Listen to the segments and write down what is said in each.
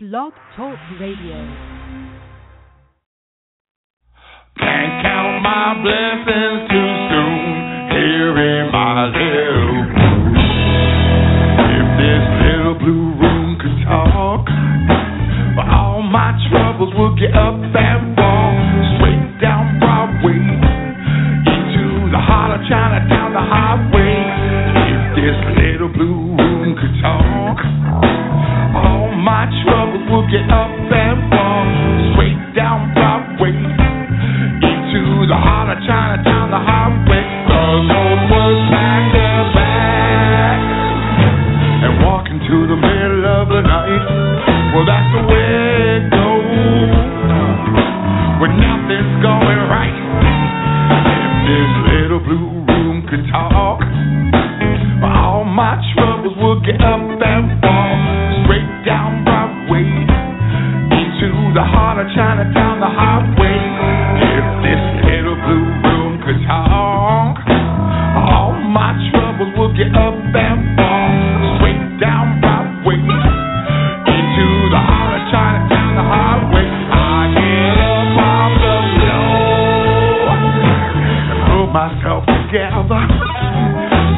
Blog Talk Radio. Can't count my blessings too soon. Here in my little room. If this little blue room could talk, all my troubles would get up and walk straight down Broadway into the heart of Chinatown, the highway. If this little blue room could talk, all my troubles would get up and walk straight down Broadway into the heart of Chinatown, the highway. Cause road was back to back. And walking to the middle of the night. Well, that's the way it goes. When nothing's going right. If this little blue room could talk, all my troubles would get up and fall straight down Broadway into the heart of Chinatown, the highway. If this little blue room could talk, all my troubles would get up and fall straight down Broadway into the heart of Chinatown, the highway. I get up off the floor and pull myself together.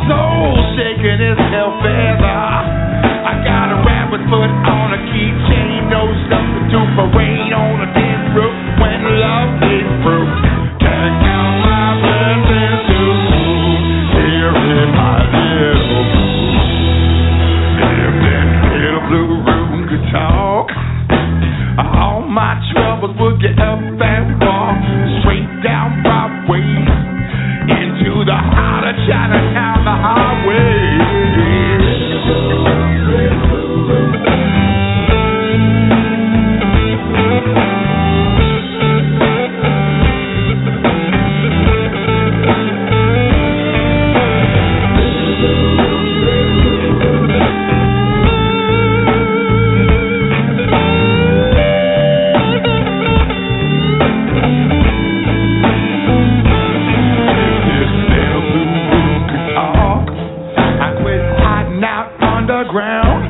Soul shaking his hell feather. I got a rabbit foot on a keychain, no substitute for rain on a tin roof when love is through. Can't count my blessings too soon here in my little room. If that little blue room could talk, all my troubles would get up and walk straight down Broadway into the heart of Chinatown, the highway. This little blue room could talk. I quit hiding out underground.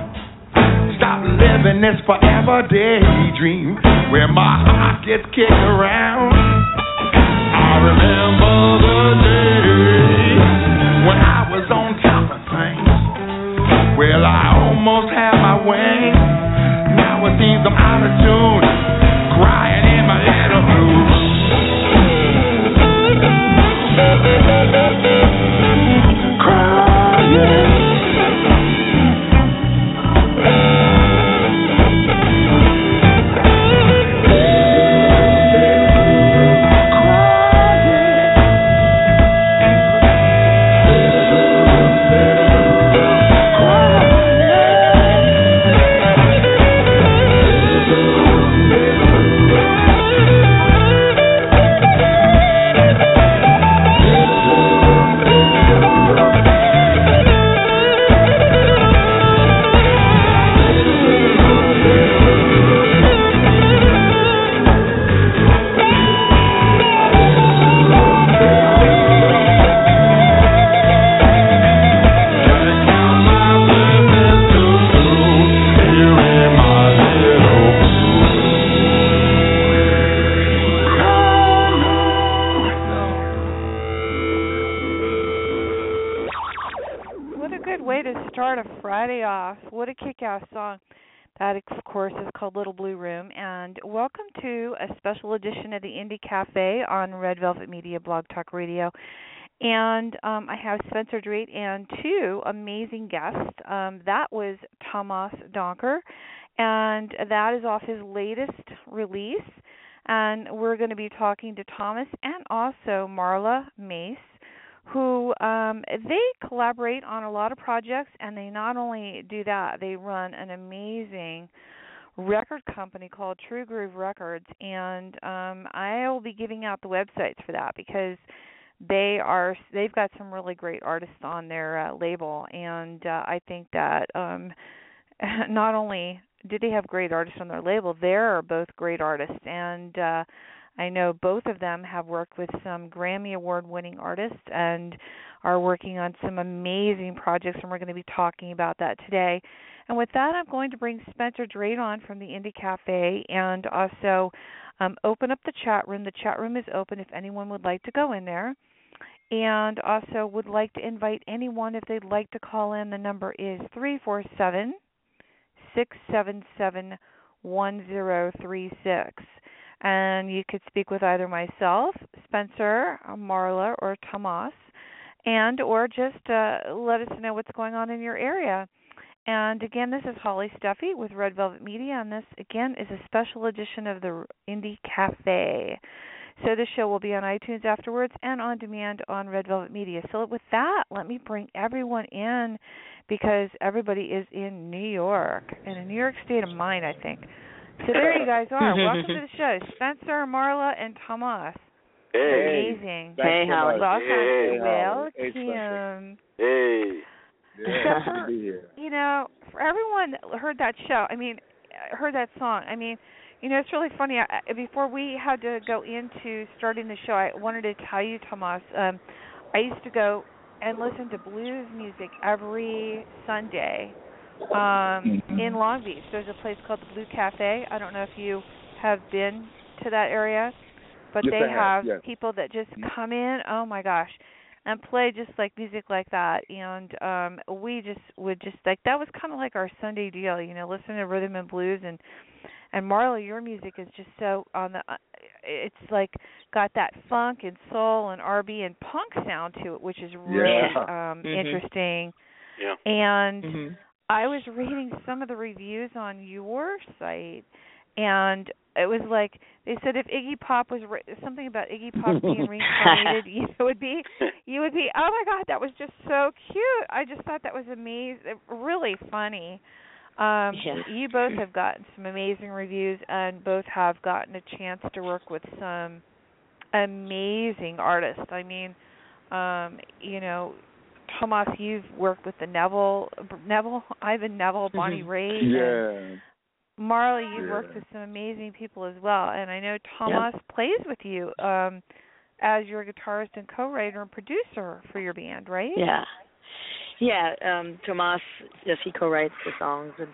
Stop living this forever daydream where my heart gets kicked around. I remember the day when I was on top of things. Well, I almost had my way. Now it seems I'm out of tune, crying in my little room. Crying. What a good way to start a Friday off. What a kick ass song. That, of course, is called Little Blue Room. And welcome to a special edition of the Indie Cafe on Red Velvet Media Blog Talk Radio. And um, I have Spencer Dreet and two amazing guests. Um, that was Thomas Donker, and that is off his latest release. And we're going to be talking to Thomas and also Marla Mace who um, they collaborate on a lot of projects, and they not only do that, they run an amazing record company called True Groove Records, and um, I will be giving out the websites for that because they are they've got some really great artists on their uh, label, and uh, I think that um, not only did they have great artists on their label, they're both great artists, and uh, I know both of them have worked with some Grammy Award winning artists and are working on some amazing projects, and we're going to be talking about that today. And with that, I'm going to bring Spencer Drade on from the Indie Cafe and also um, open up the chat room. The chat room is open if anyone would like to go in there. And also would like to invite anyone if they'd like to call in. The number is three four seven six seven seven one zero three six and you could speak with either myself, Spencer, Marla, or Tomas, and or just uh, let us know what's going on in your area. And again, this is Holly Stuffy with Red Velvet Media, and this again is a special edition of the Indie Cafe. So the show will be on iTunes afterwards and on demand on Red Velvet Media. So with that, let me bring everyone in because everybody is in New York, in a New York state of mind, I think. So there you guys are. Welcome to the show, Spencer, Marla, and Thomas. Hey. Amazing. Thanks Hey, so Howard. much. Welcome. Hey, Howard. Hey, Spencer. Welcome. Hey. Except Yeah, for- good to be here. You know, for everyone that heard that show, I mean, uh, heard that song. I mean, you know, it's really funny. I, I- before we had to go into starting the show, I wanted to tell you, Thomas. Um, I used to go and listen to blues music every Sunday um, in Long Beach. There's a place called the Blue Cafe. I don't know if you have been to that area, but Yes, they I have, yes. people that just Mhm. come in. Oh my gosh. And play just like music like that, and um we just would just like that was kind of like our Sunday deal, you know, listen to rhythm and blues, and and Marla, your music is just so on the, uh, it's like got that funk and soul and R&B and punk sound to it, which is really Yeah. um Mhm. interesting. Yeah. And Mhm. I was reading some of the reviews on your site, and it was like they said if Iggy Pop was re- something about Iggy Pop being reincarnated, you would be you would be oh my god that was just so cute. I just thought that was amazing, really funny. Um, Yeah. You both have gotten some amazing reviews, and both have gotten a chance to work with some amazing artists. I mean, um, you know, Tomas, you've worked with the Neville, Neville, Ivan Neville, Bonnie Mhm. Raitt, and Yeah. Marley, you've worked Yeah. with some amazing people as well, and I know Thomas plays with you um, as your guitarist and co-writer and producer for your band, right? Yeah. Yeah, um Tomas yes, he co writes the songs with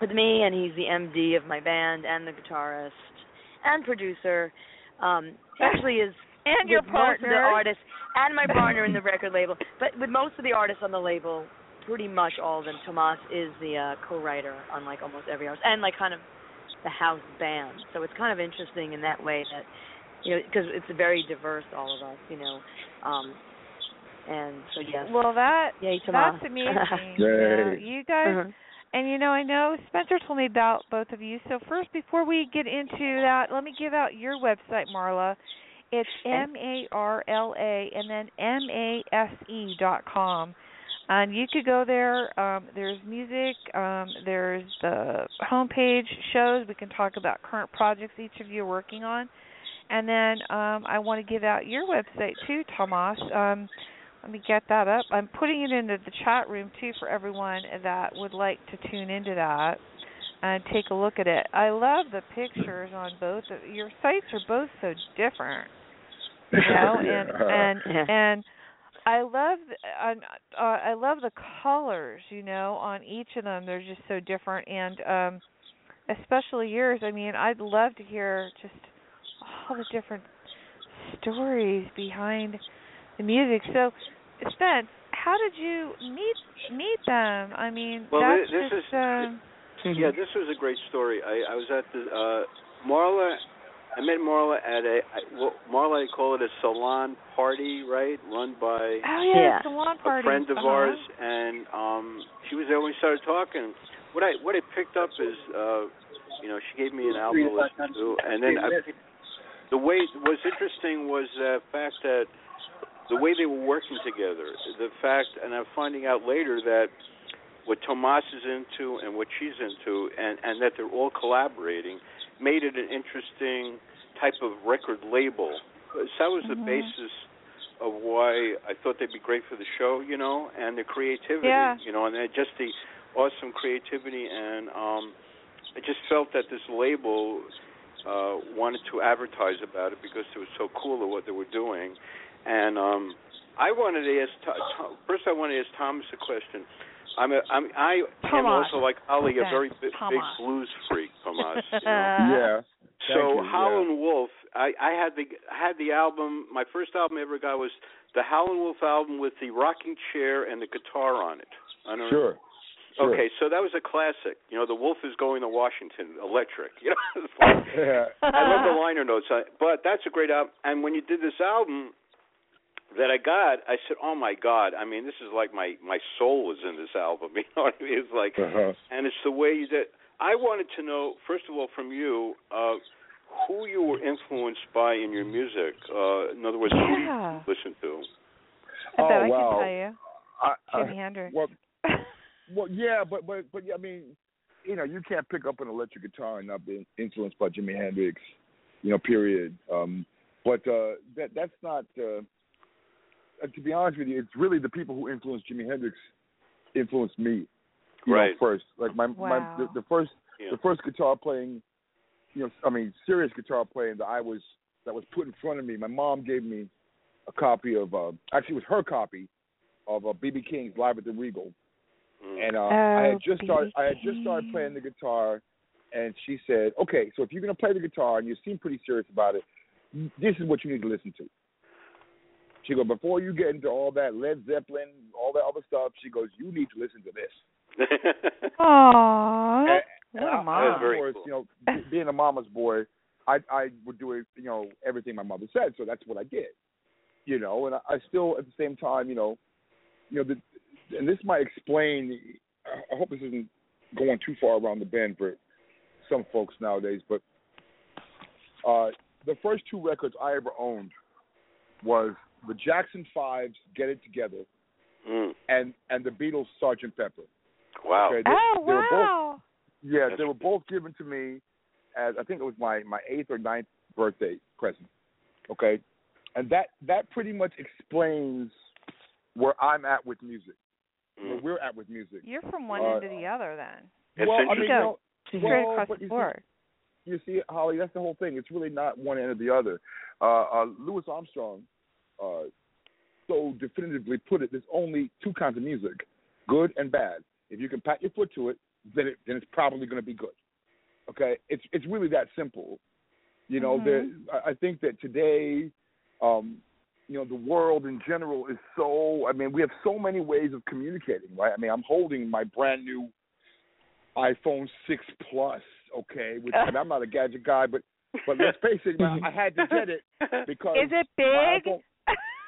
with me and he's the M D of my band and the guitarist and producer. Um he actually is And your with most of the partner. artists and my partner in the record label. But with most of the artists on the label, pretty much all of them, Tomas is the uh co writer on like almost every artist and like kind of the house band. So it's kind of interesting in that way that you know, because it's very diverse, all of us, you know, um, and so yes, Well, that Yay, Tomas. that's amazing. Yay. Yeah, you guys Uh-huh. And you know, I know Spencer told me about both of you. So first, before we get into that, let me give out your website, Marla. It's m a r l a and then m a s e dot com, and you could go there. Um, there's music. Um, there's the homepage shows. We can talk about current projects each of you are working on, and then um, I want to give out your website too, Tomas. Um, let me get that up. I'm putting it into the chat room too for everyone that would like to tune into that and take a look at it. I love the pictures on both of your sites are both so different, you know, uh-huh. and Yeah. and and I love on uh, I love the colors, you know, on each of them. They're just so different and um especially yours. I mean, I'd love to hear just all the different stories behind the music. So, Spence, how did you meet meet them? I mean, Well, that's thi- this just is- um, Yeah, this was a great story. I, I was at the uh, Marla. I met Marla at a I, well, Marla. I call it a salon party, right? Run by oh yeah, Yeah. it's a lawn a party. friend of uh-huh. ours, and um, she was there when we started talking. What I what I picked up is, uh, you know, she gave me an album to listen to, and then I, the way what's interesting was the fact that the way they were working together, the fact, and I'm finding out later that what Tomas is into and what she's into, and and that they're all collaborating, made it an interesting type of record label. So that was the Mhm. basis of why I thought they'd be great for the show, you know, and the creativity, Yeah. you know, and then just the awesome creativity, and um, I just felt that this label uh, wanted to advertise about it because it was so cool of what they were doing, and um, I wanted to ask Tho- Tho- first. I wanted to ask Thomas a question. I'm a, I'm I am Thomas. also like Ollie, a Okay. very big, big Thomas. blues freak, Thomas. You know? yeah. Thank So you, yeah. Howlin' Wolf, I, I had the I had the album. My first album I ever got was the Howlin' Wolf album with the rocking chair and the guitar on it. I don't Sure. sure. Okay, so that was a classic. You know, the wolf is going to Washington, electric. You know, it's like, Yeah. I love the liner notes. on it. But that's a great album. And when you did this album that I got, I said, "Oh my God!" I mean, this is like my my soul was in this album. You know what I mean? It's like Uh-huh. and it's the way you did. I wanted to know, first of all, from you, uh, who you were influenced by in your music. Uh, in other words, who Yeah. you listen to. I bet Oh, I wow. can I, Uh, tell you. I, Jimi Hendrix. well, well, yeah, but but but yeah, I mean, you know, you can't pick up an electric guitar and not be influenced by Jimi Hendrix, you know. Period. Um, but uh, that that's not. Uh, uh, to be honest with you, it's really the people who influenced Jimi Hendrix influenced me. You know, Right. first, like my Wow. my the, the first Yeah. the first guitar playing, you know, I mean, serious guitar playing that I was that was put in front of me. My mom gave me a copy of uh, actually it was her copy of uh, BB King's Live at the Regal, Mm. and uh, I Oh, had just started I had just BB started King. playing the guitar, and she said, "Okay, so if you're gonna play the guitar and you seem pretty serious about it, this is what you need to listen to." She goes, "Before you get into all that Led Zeppelin, all that other stuff," she goes, "You need to listen to this." uh, Aww. And- What and a I- mom. Of Very course, cool. you know, be- being a mama's boy, I I would do it, you know, everything my mother said, so that's what I did. You know, and I, I still at the same time, you know, you know, the, and this might explain. I I hope this isn't going too far around the bend for some folks nowadays, but uh, the first two records I ever owned was the Jackson Fives' "Get It Together" Mm. and and the Beatles' "Sergeant Pepper." Wow. Okay, they- Oh they were both wow. yeah, That's they were both given to me as I think it was my my eighth or ninth birthday present. Okay, and that that pretty much explains where I'm at with music, where Mm. we're at with music. You're from one Uh, end to the other then. It's well, I mean, interesting. you know, Straight well, across but the you see- board. you see, Holly, that's the whole thing. It's really not one end or the other. Uh, uh, Louis Armstrong uh, so definitively put it: there's only two kinds of music, good and bad. If you can pat your foot to it, then it then it's probably going to be good. Okay, it's it's really that simple. You know, Mhm. there, I I think that today, um, you know, the world in general is so. I mean, we have so many ways of communicating, right? I mean, I'm holding my brand new iPhone six plus. Okay, which, and I'm not a gadget guy, but but let's face it, I I had to get it because Is it my big? iPhone-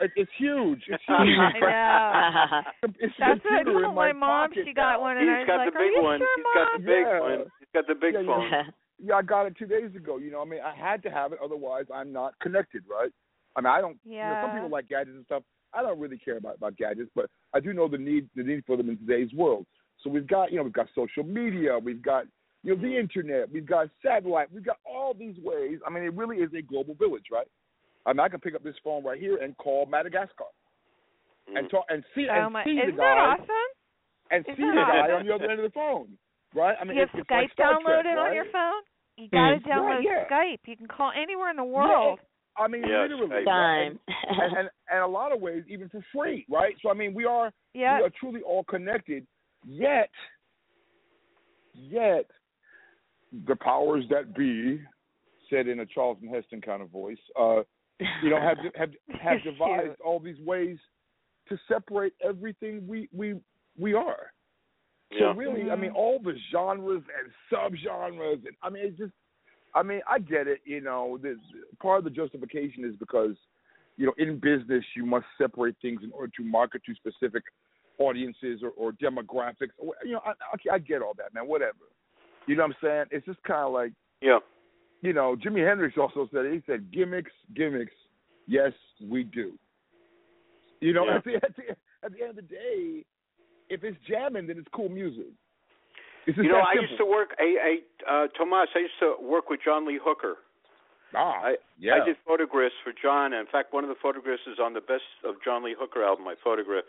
it- it's huge. It's huge. I It's a That's what I computer in told my mom. pocket She now. got one, and I He's was got like, the "Are big you one. sure, He's got the Mom?" big Yeah. one. He's got the big Yeah, yeah. phone. Yeah, I got it two days ago. You know, I mean, I had to have it, otherwise I'm not connected, right? I mean, I don't. You know, some Yeah. people like gadgets and stuff. I don't really care about about gadgets, but I do know the need the need for them in today's world. So we've got you know we've got social media, we've got you know the internet, we've got satellite, we've got all these ways. I mean, it really is a global village, right? I mean, I can pick up this phone right here and call Madagascar and Mm. talk and see Oh and my! see the Isn't guy that awesome? and see Isn't the that guy awesome? on the other end of the phone, right? I mean, you have it's, it's Skype like Star Trek, downloaded on right? Hmm. your phone. You gotta Right, download yeah. Skype. You can call anywhere in the world. I mean, Yeah, it's literally, great. right? Time. and, and and a lot of ways even for free, right? So I mean, we are Yeah. we are truly all connected. Yet, yet, the powers that be said in a Charlton Heston kind of voice, uh, you know, have have have Cute. devised all these ways to separate everything we we we are. Yeah. So really, I Mhm. mean, all the genres and subgenres, and I mean, it's just, I mean, I get it. You know, this part of the justification is because, you know, in business you must separate things in order to market to specific audiences or, or demographics. Or, you know, I, I, I get all that, man. Whatever. You know what I'm saying? It's just kind of like, Yeah. you know, Jimi Hendrix also said it. He said, "Gimmicks, gimmicks. Yes, we do." You know, Yeah. at, the, at the at the end of the day, if it's jamming, then it's cool music. It's just You know, that I simple. used to work. I, I uh, Tomas, I used to work with John Lee Hooker. ah, I- yeah, I did photographs for John. In fact, one of the photographs is on the best of John Lee Hooker album. I photographed,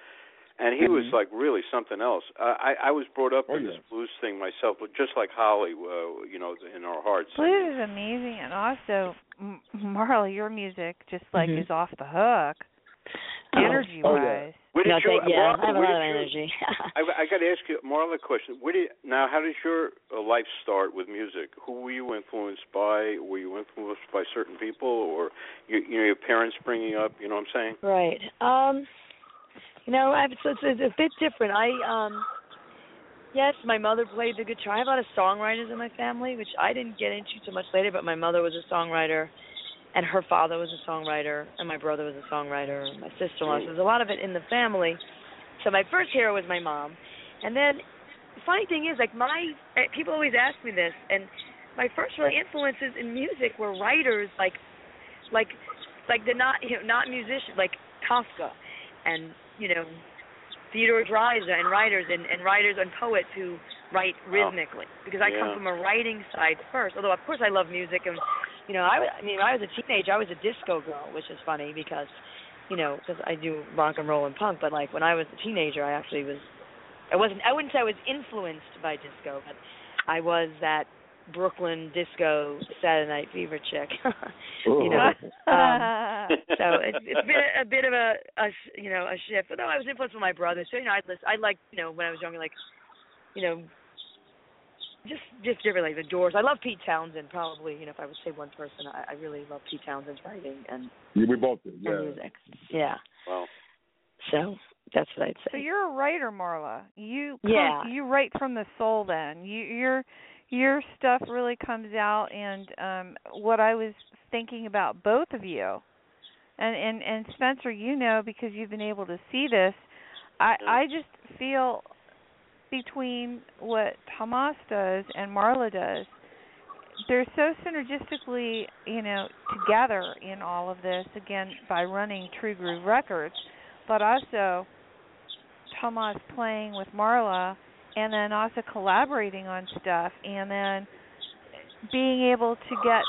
and he was Mhm. like really something else. I I, I was brought up Oh, in yeah. this blues thing myself, but just like Holly, uh, you know, in our hearts. Blues is amazing, and also M- Marla, your music just like Mhm. is off the hook, Oh. energy Mm-hmm. Oh, wise. yeah. Where did no, you, thank you. I Marla, have a where lot of did you- energy. I, I got to ask you, Marla, a question. Where did now? How did your uh, life start with music? Who were you influenced by? Were you influenced by certain people, or you, you know your parents bringing up? You know what I'm saying? right. Um, you know, I've, so it's, it's a bit different. I um, yes, my mother played the guitar. I have a lot of songwriters in my family, which I didn't get into too much later. But my mother was a songwriter, and her father was a songwriter, and my brother was a songwriter, and my sister-in-law. So there's a lot of it in the family. So my first hero was my mom, and then the funny thing is, like my eh, people always ask me this, and my first really influences in music were writers like, like, like the not you know, not musician like Kafka, and you know Theodore Dreiser and writers and, and writers and poets who write Wow. rhythmically because I Yeah. come from a writing side first. Although of course I love music and you know I, wa- I mean when I was a teenager I was a disco girl, which is funny because you know because I do rock and roll and punk, but like when I was a teenager I actually was I wasn't I wouldn't say I was influenced by disco, but I was that Brooklyn disco Saturday Night Fever chick. you know. Oh, Um, Uh, so it's, it's been a, a bit of a, a sh- you know a shift. But no, I was influenced by my brother. So you know, I listen, I like you know when I was younger, like you know, just just different like the Doors. I love Pete Townsend probably. You know, if I would say one person, I, I really love Pete Townsend's writing and, Yeah, we both did. and Yeah. music. Yeah. Wow. So that's what I'd So say. you're a writer, Marla. You come, Yeah. you write from the soul. Then you, your your stuff really comes out. And um what I was thinking about both of you, and and and Spencer, you know, because you've been able to see this. I Yeah. I just feel between what Hamas does and Marla does, they're so synergistically, you know, together in all of this. Again, by running True Groove Records, but also Tomas playing with Marla, and then also collaborating on stuff, and then being able to get.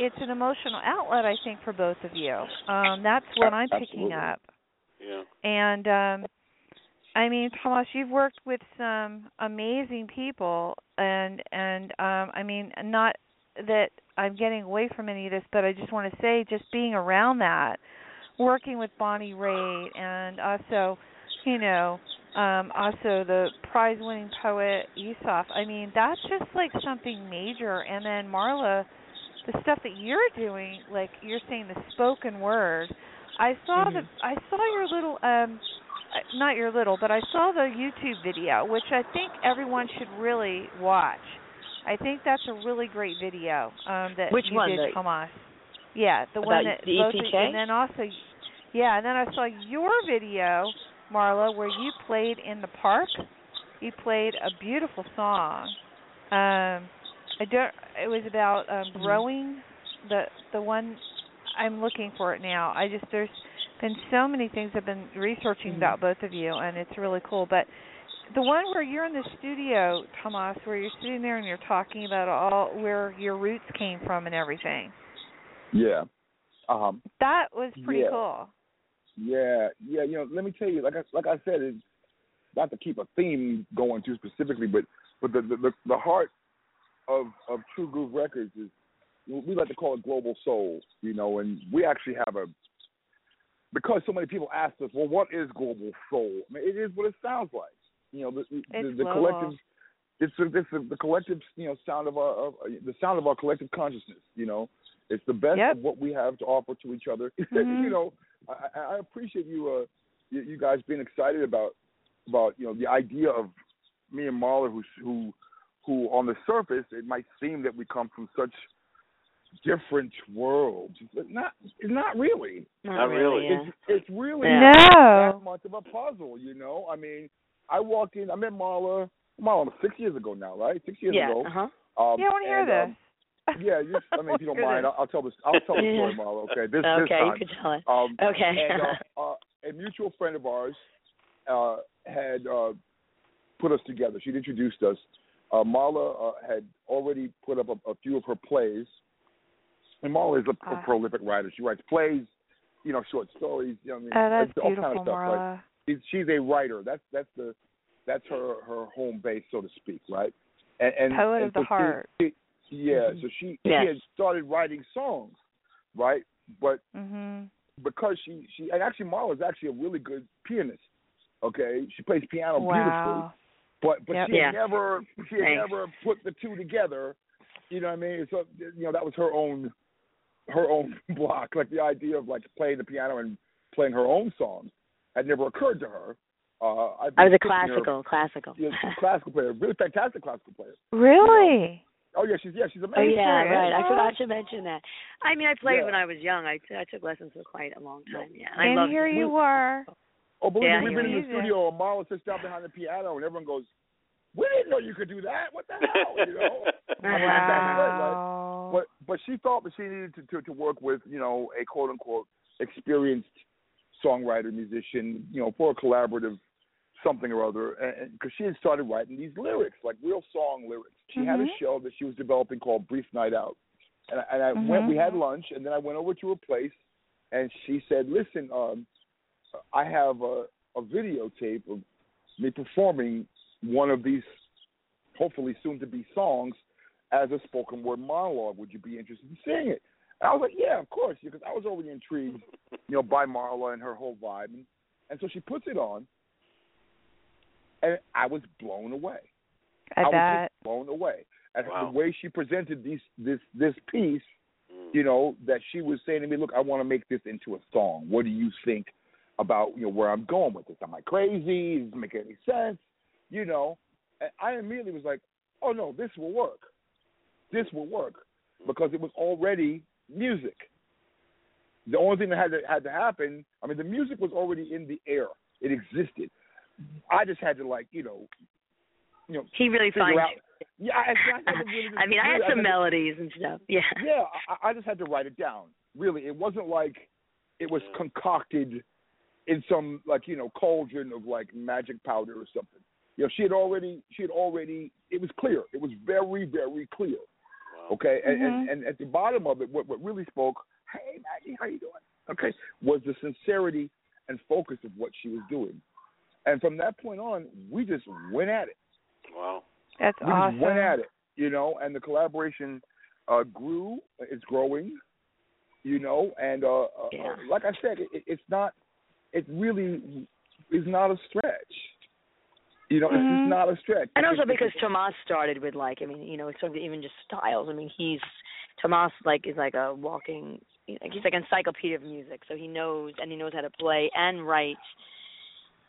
It's an emotional outlet, I think, for both of you. Um, that's what I'm picking Absolutely. up. Yeah. And um I mean, Tomas, you've worked with some amazing people and and um I mean, not that I'm getting away from any of this, but I just want to say just being around that, working with Bonnie Raitt and also, you know, um also the prize-winning poet Aesop. I mean, that's just like something major and then Marla the stuff that you're doing, like you're saying the spoken word, I saw the Mhm. I saw your little um uh, not your little, but I saw the YouTube video, which I think everyone should really watch. I think that's a really great video um that Which you one, did, the- Hamas. Yeah, the About one that the E both of- EPK? and then also yeah, and then I saw your video, Marla, where you played in the park. You played a beautiful song. Um I don't it was about um Mm-hmm. Mhm. growing the the one I'm looking for it now. I just there's been so many things I've been researching Mhm. about Mm-hmm. both of you, and it's really cool. But the one where you're in the studio, Tomas, where you're sitting there and you're talking about all where your roots came from and everything, Yeah. Um. that was pretty Yeah. cool. Yeah, yeah. You know, let me tell you, like I like I said, it's not to keep a theme going too specifically, but but the the, the, the heart of of True Groove Records is we like to call it global soul. You know, and we actually have a because so many people ask us, well, what is global soul? I mean, it is what it sounds like. You know, the the, It's the global. collective. It's the, it's the, the collective, you know, sound of our of, the sound of our collective consciousness. You know, it's the best Yep. of what we have to offer to each other. Mhm. Mm-hmm. you know, I, I I appreciate you, uh, you, you guys being excited about about you know the idea of me and Marla, who who who on the surface it might seem that we come from such different worlds, but not not really. Not really. Yeah. It's it's really Yeah. that No, much of a puzzle, you know. I mean, I walked in, I met Marla, Marla six years ago now, right? Six years yeah. ago. Uh-huh. Um, you don't want to hear and, um, this. yeah, you, I mean, if you don't Hear mind, this. I'll, I'll tell the I'll tell the story, Yeah. Marla. Okay, this this okay, time. you can tell it. Um, Okay. and uh, uh, a mutual friend of ours uh, had uh, put us together. She'd introduced us. Uh, Marla uh, had already put up a, a few of her plays, and Marla is a, a Ah. prolific writer. She writes plays, you know, short stories, you know, I mean, Oh, that's all kind beautiful, of stuff. Right? Marla. she's she's a writer. That's that's the that's her her home base, so to speak, right? And, and Poet and of the so she- heart. Mm-hmm. she- yeah, so she Yes. she had started writing songs, right? But Mhm. because she she and actually Marla is actually a really good pianist. Okay, she plays piano beautifully, Wow. but but Yep. she had Yeah. never she had Thanks. never put the two together. You know what I mean? So you know that was her own her own block, like the idea of like playing the piano and playing her own songs had never occurred to her. Uh, I've I was a been teaching her- classical, classical. yeah, she's a classical player, really fantastic classical player. Really? Oh yeah, she's yeah she's Oh amazing. yeah, serious? right. I forgot to mention that. I mean, I played Yeah. when I was young. I, t- I took lessons for quite a long time. Yeah, I and love here it. you are. Oh believe Yeah, me, we've been in the amazing. studio and Marla sits down behind the piano and everyone goes, "We didn't know you could do that. What the hell?" You know. Wow. But but she thought that she needed to, to to work with you know a quote unquote experienced songwriter musician you know for a collaborative something or other because she had started writing these lyrics like real song lyrics. She had a Mhm. show that she was developing called Brief Night Out, and I, and I went. Mhm. We had lunch, and then I went over to her place, and she said, "Listen, um, I have a a videotape of me performing one of these hopefully soon to be songs as a spoken word monologue. Would you be interested in seeing it? And I was like, yeah, of course, because I was already intrigued, you know, by Marla and her whole vibe. And, and so she puts it on, and I was blown away. I was bet. just blown away. And Wow. the way she presented these, this this piece, Mm, you know, that she was saying to me, look, I want to make this into a song. What do you think about, you know, where I'm going with this? Am I crazy? Does it make any sense? You know, and I immediately was like, oh, no, this will work. This will work because it was already music. The only thing that had to, had to happen, I mean, the music was already in the air. It existed. I just had to like, you know, you know, He really figure finds. out. Yeah, I, I, had to really just I mean, I had really- some had to- melodies and stuff. Yeah. yeah, I, I just had to write it down. Really, it wasn't like it was concocted in some like you know cauldron of like magic powder or something. You know, she had already she had already it was clear. It was very very clear. Okay, and, and and at the bottom of it, what what really spoke, hey Maggie, how you doing? Okay, was the sincerity and focus of what she was doing. And from that point on, we just went at it Wow. That's we awesome. just went at it, you know, and the collaboration uh, grew. It's growing, you know, and uh, uh, Yeah. like I said, it, it- it's not. It really is not a stretch. You know, it's Mhm. just not a stretch. Mm-hmm. And also It's- because it's- Tomas started with like, I mean, you know, sort of even just styles. I mean, he's Tomas like is like a walking, he's like encyclopedia of music. So he knows and he knows how to play and write,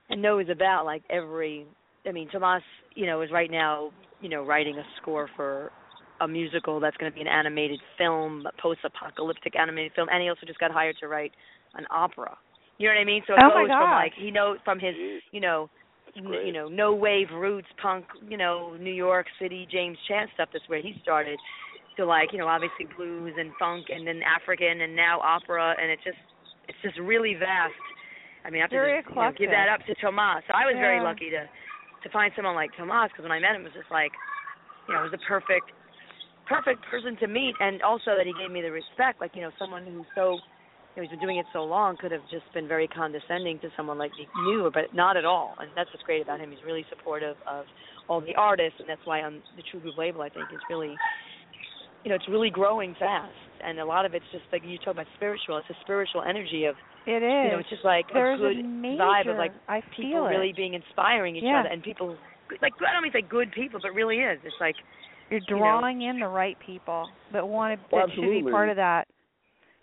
and knows about like every. I mean, Tomas, you know, is right now, you know, writing a score for a musical that's going to be an animated film, a post-apocalyptic animated film, and he also just got hired to write an opera. You know what I mean? So it Oh my goes from gosh. like he knows from his, Jeez. you know, That's n- great. you know, no wave roots punk, you know, New York City, James Chan stuff. That's where he started. To like, you know, obviously blues and funk, and then African, and now opera, and it just, it's just really vast. I mean, I have Very to just, you know, give eclectic. that up to Tomas. So I was very Yeah. lucky to, to find someone like Tomas because when I met him, it was just like, you know, it was the perfect, perfect person to meet, and also that he gave me the respect, like you know, someone who's so you know, he's been doing it so long, could have just been very condescending to someone like me- new, but not at all. And that's what's great about him. He's really supportive of all the artists, and that's why on the True Groove label, I think it's really, you know, it's really growing fast. And a lot of it's just like you talk about spiritual. It's a spiritual energy of, It you is. know, it's just like There's a good a major, vibe of like I feel people it. really being inspiring each Yeah. other, and people like I don't mean say good people, but really is. It's like You're you know. drawing in the right people that want to Well, that should be part absolutely. of that.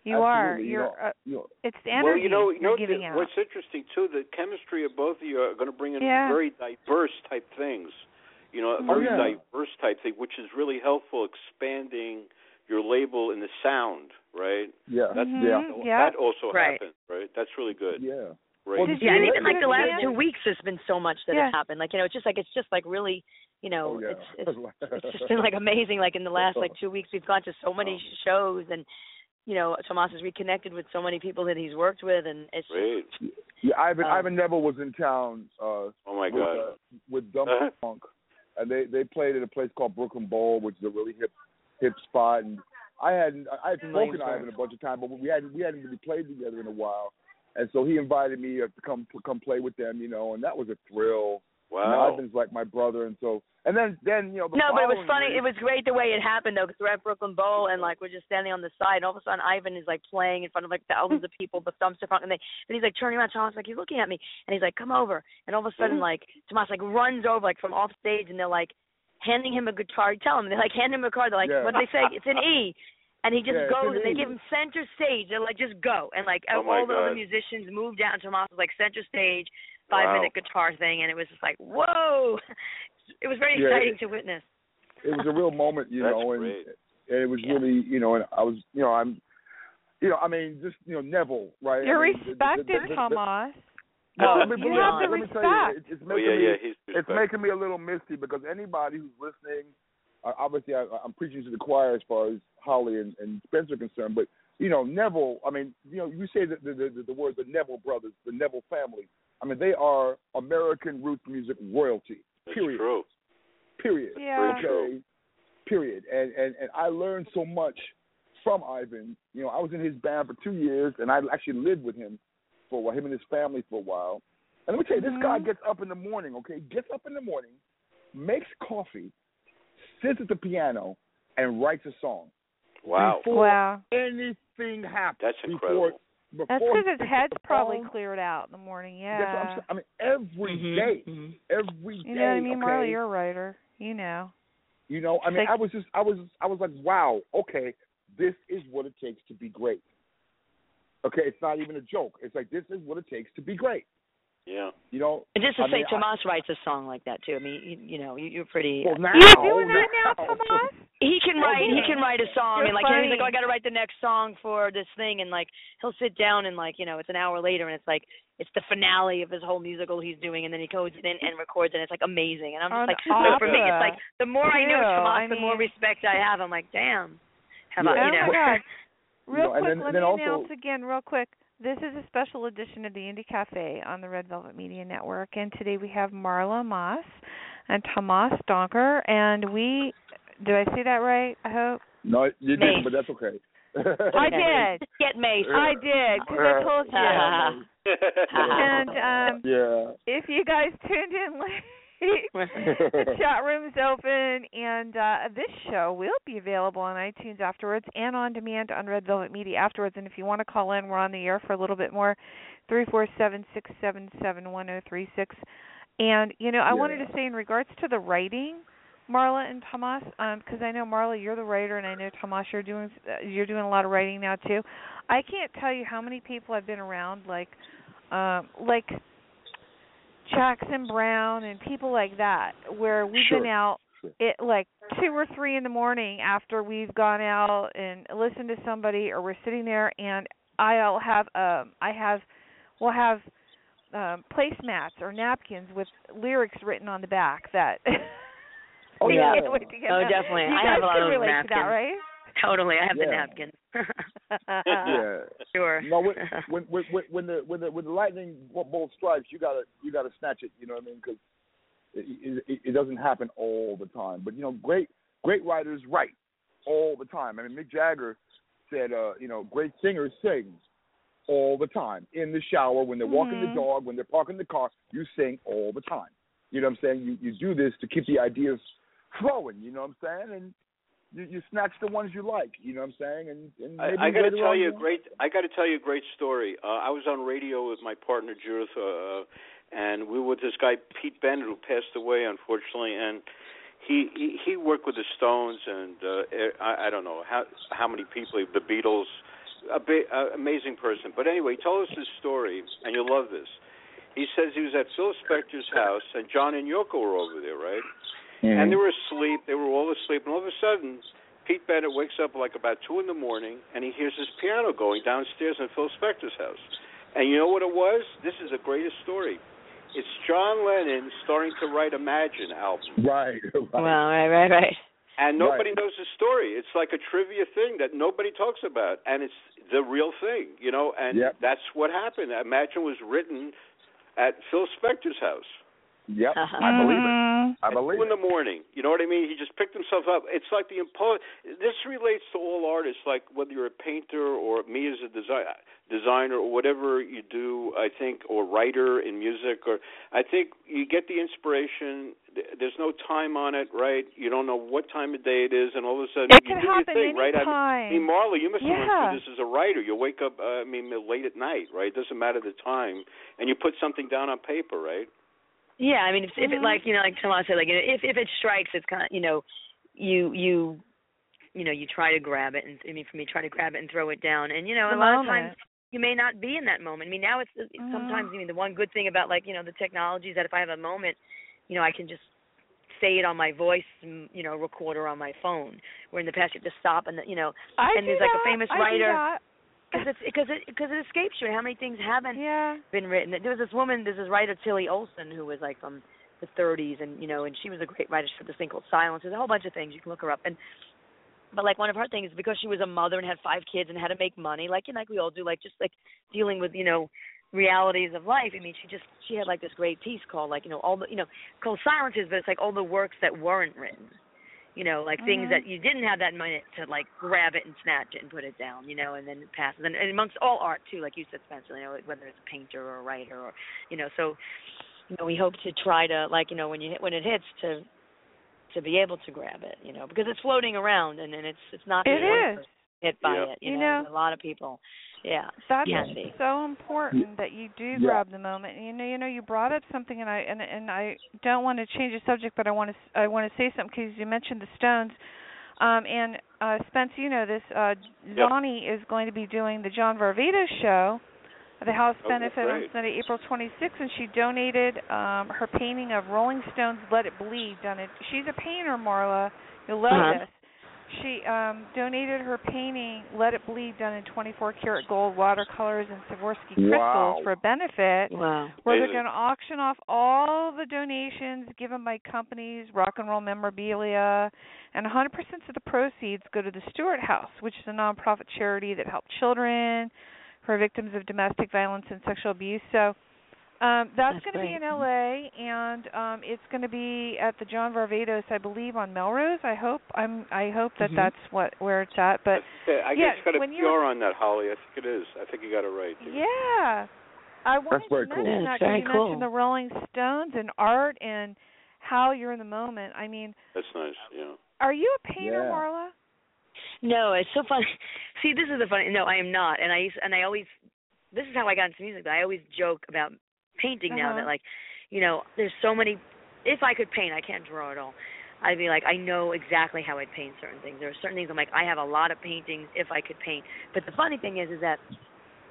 You are. Absolutely, you You're. know. uh, you know, it's the energy well, you know, you know are giving the- out. what's interesting too, the chemistry of both of you are going to bring in Yeah. very diverse type things. You know, a Mhm. very Oh, yeah. diverse type thing, which is really helpful expanding your label in the sound, right? yeah, That's- Mhm, Mm-hmm. yeah, yeah. That also Right. happens, right? That's really good. yeah. Right. Well, Did you yeah, and know, even like the last Yeah. two weeks, there's been so much that Yeah. has happened. Like you know, it's just like it's just like really, you know, oh, yeah. it's it's it's just been like amazing. Like in the last like two weeks, we've gone to so many Oh. shows, and you know, Tomas is reconnected with so many people that he's worked with, and it's Great. yeah, Ivan um, Ivan Neville was in town uh Oh my with, God. uh, with Dumb Uh-huh. Funk, and they they played at a place called Brooklyn Bowl, which is a really hip hip spot. And I hadn't I had spoken to Ivan a bunch of times, but we hadn't we hadn't really played together in a while. and so he invited me uh, to come to come play with them, you know, and that was a thrill. And Wow. Ivan's like my brother, and so and then then you know. The No, but it was following funny. week- It was great the way it happened though, because we're at Brooklyn Bowl and like we're just standing on the side, and all of a sudden Ivan is like playing in front of like thousands of people, the thumbs to front, and they and he's like turning around, Thomas like he's looking at me, and he's like come over, and all of a sudden Mm-hmm. like Tomas like runs over like from off stage, and they're like handing him a guitar. You tell him they like hand him a card. They're like Yeah. what they say? It's an E. And he just Yeah, it's goes, an and they E. give him center stage. They're like, just go. And like Oh, my all the other God. musicians moved down. Tomas was like center stage, five Wow. minute guitar thing, and it was just like, whoa! It was very Yeah, it- exciting to witness. it was a real moment, you That's know, and, great. and it was Yeah. really, you know, and I was, you know, I'm, you know, I mean, just you know, Neville, right? You're I mean, the- the- the- respected, the- the- Tomas. No, Oh, let me- you let me- have the let me tell you, respect. it- it's Oh making yeah, me, yeah. He's it's respected. making me a little misty because anybody who's listening, uh, obviously, I, I'm preaching to the choir as far as Holly and, and Spencer are concerned, but you know, Neville. I mean, you know, you say the the, the, the word the Neville brothers, the Neville family. I mean, they are American roots music royalty. That's Period. true. Period Yeah. Very true. okay, period. And, and and I learned so much from Ivan. You know, I was in his band for two years, and I actually lived with him for a while, him and his family for a while. And let me tell you, this guy Mhm. gets up in the morning. Okay, gets up in the morning, makes coffee, sits at the piano, and writes a song. Wow. Before Wow. anything happens, That's before, incredible. before That's because he his picks head's up the probably phone, cleared out in the morning. that's what Yeah. I'm saying. I mean, every Mm-hmm. day, every day. You know what I mean, okay? Marley? You're a writer. You know. You know, I mean, Like- I was just, I was, I was like, wow, okay, this is what it takes to be great. Okay, it's not even a joke. It's like this is what it takes to be great. Yeah. You know, And just to I say, mean, I- Tomas writes a song like that too. I mean, you, you know, you, you're pretty. well now, You're doing that now, now- Tomas? he can write. He yeah. can write a song, You're and like you know, he's like, funny. oh, I got to write the next song for this thing, and like he'll sit down and like you know, it's an hour later, and it's like it's the finale of his whole musical he's doing, and then he goes in and records, and it's like amazing. And I'm just An like, so for me, it's opera, like the more I know too. Oh, Tomas, I the more mean- respect I have. I'm like, damn, how Yeah. about you Oh, know? my God. You Real know, and quick, then- let and me then also- announce again, real quick. This is a special edition of the Indie Cafe on the Red Velvet Media Network, and today we have Marla Moss and Tomas Donker, and we. Did I say that right? I hope No, you Me. didn't, but that's okay. I Okay. did. Get Mace. I did because I told you. Uh-huh. And um, yeah. if you guys tuned in late, the chat room's open, and uh, this show will be available on iTunes afterwards and on demand on Red Velvet Media afterwards. And if you want to call in, we're on the air for a little bit more. Three four seven six seven seven one zero three six. And you know, I wanted Yeah. to say in regards to the writing, Marla and Tomas, because I know Marla, you're the writer, and I know Tomas, you're doing uh, you're doing a lot of writing now too. I can't tell you how many people I've been around, like, um, like Jackson Brown and people like that, where we've Sure. been out Sure. it like two or three in the morning after we've gone out and listened to somebody, or we're sitting there, and I'll have um, I have, we'll have um, placemats or napkins with lyrics written on the back that. Oh, We yeah. can't wait to get Oh, that. definitely. You I guys have a lot can of those relate to that, napkins. right? Totally, I have the Yeah. napkins. uh, yeah. sure. No, when, when when when- when the when the when the lightning bo- bolt strikes, you gotta you gotta snatch it. You know what I mean? Because it, it, it doesn't happen all the time. But you know, great great writers write all the time. I mean, Mick Jagger said, uh, you know, great singers sing all the time in the shower when they're walking the Mhm. dog, when they're parking the car. You sing all the time. You know what I'm saying? You you do this to keep the ideas flowing. You know what I'm saying? And you, you snatch the ones you like. You know what I'm saying? And, and maybe I, I got to later tell on you a you'll- great. I got to tell you a great story. Uh, I was on radio with my partner Judith, uh, and we were with this guy Pete Bennett, who passed away unfortunately, and he he, he worked with the Stones and uh, I, I don't know how how many people, the Beatles. A ba- uh, amazing person, but anyway, he told us this story, and you'll love this. He says he was at Phil Spector's house, and John and Yoko were over there, right? Mm-hmm. and they were asleep. They were all asleep, and all of a sudden, Pete Bennett wakes up like about two in the morning, and he hears his piano going downstairs in Phil Spector's house. And you know what it was? This is the greatest story. It's John Lennon starting to write Imagine album, Right. right. Well, right, right, right. and Right. nobody knows the story. It's like a trivia thing that nobody talks about, and it's the real thing, you know. And Yep. that's what happened. Imagine was written at Phil Spector's house. Yep, uh-huh. I believe it. Mm-hmm. I At believe two in it. the morning. You know what I mean? He just picked himself up. It's like the impose. This relates to all artists, like whether you're a painter or me as a desi- designer or whatever you do. I think, or writer in music, or I think you get the inspiration. Th- There's no time on it, right? You don't know what time of day it is, and all of a sudden It you can do happen your thing, right? I mean, I mean, anytime. Marla, you must have Yeah. run through this as a writer. You wake up, uh, I mean, late at night, right? It doesn't matter the time, and you put something down on paper, right? Yeah, I mean, if, if it Mhm. like you know, like Tomas said, like if if it strikes, it's kind of you know, you you you know, you try to grab it, and I mean, for me, try to grab it and throw it down, and you know, The a lot moment. of times you may not be in that moment. I mean, now it's it's Mhm. sometimes I mean, the one good thing about like you know the technology is that if I have a moment, you know, I can just say it on my voice, mm, you know, recorder on my phone. Where in the past you have to stop and you know, I and do there's, like, a that. famous I do writer- that. because it's because it because it escapes you. How many things haven't Yeah. been written. There was this woman, this is writer Tilly Olson, who was like from the 30s, and you know, and she was a great writer for this thing called Silence. There's a whole bunch of things you can look her up. And but like one of her things is because she was a mother and had five kids and had to make money, like you know, like we all do, like just like dealing with you know realities of life. I mean, she just she had like this great piece called like you know all the you know called Silences, but it's like all the works that weren't written. You know, like things Mhm. that you didn't have that minute to like grab it and snatch it and put it down, you know, and then it passes. And, and amongst all art too, like you said, Spencer, you know, whether it's a painter or a writer or, you know, so, you know, we hope to try to like, you know, when you hit, when it hits to, to be able to grab it, you know, because it's floating around and and it's it's not It just one is. person hit by Yep. it, you, You know, know- a lot of people, yeah, That's Yeah. so important that you do Yeah. grab the moment. And you know, you know, you brought up something, and I and and I don't want to change the subject, but I want to I want to say something because you mentioned the Stones, um, and uh, Spence, you know this. Uh, Yeah. Johnny is going to be doing the John Varvatos show, the House Oh, benefit on great. Sunday, April 26th, and she donated um, her painting of Rolling Stones' "Let It Bleed." Done it. She's a painter, Marla. You'll love Uh-huh. this. She um donated her painting "Let It Bleed," done in 24 karat gold watercolors and Swarovski crystals Wow. for a benefit. wow, Where they're Amazing. going to auction off all the donations given by companies, rock and roll memorabilia, and 100% of the proceeds go to the Stewart House, which is a nonprofit charity that helps children who are victims of domestic violence and sexual abuse. So um, that's, That's going to be in great. LA, and um, it's going to be at the John Varvatos, I believe, on Melrose. I hope I'm. I hope that Mhm. that's what where it's at. But I, I yeah, just got a when PR you were- on that, Holly. I think it is. I think you got it right. dude. yeah, I wanted very to cool. mention That's that 'cause very you cool. mentioned the Rolling Stones and art and how you're in the moment. I mean, That's nice. Yeah. are you a painter, Yeah. Marla? No, it's so funny. See, this is the funny. No, I am not, and I used, and I always. This is how I got into music. though. I always joke about painting now Uh-huh. that like, you know, there's so many. If I could paint, I can't draw at all. I'd be like, I know exactly how I'd paint certain things. There are certain things I'm like, I have a lot of paintings if I could paint. But the funny thing is, is that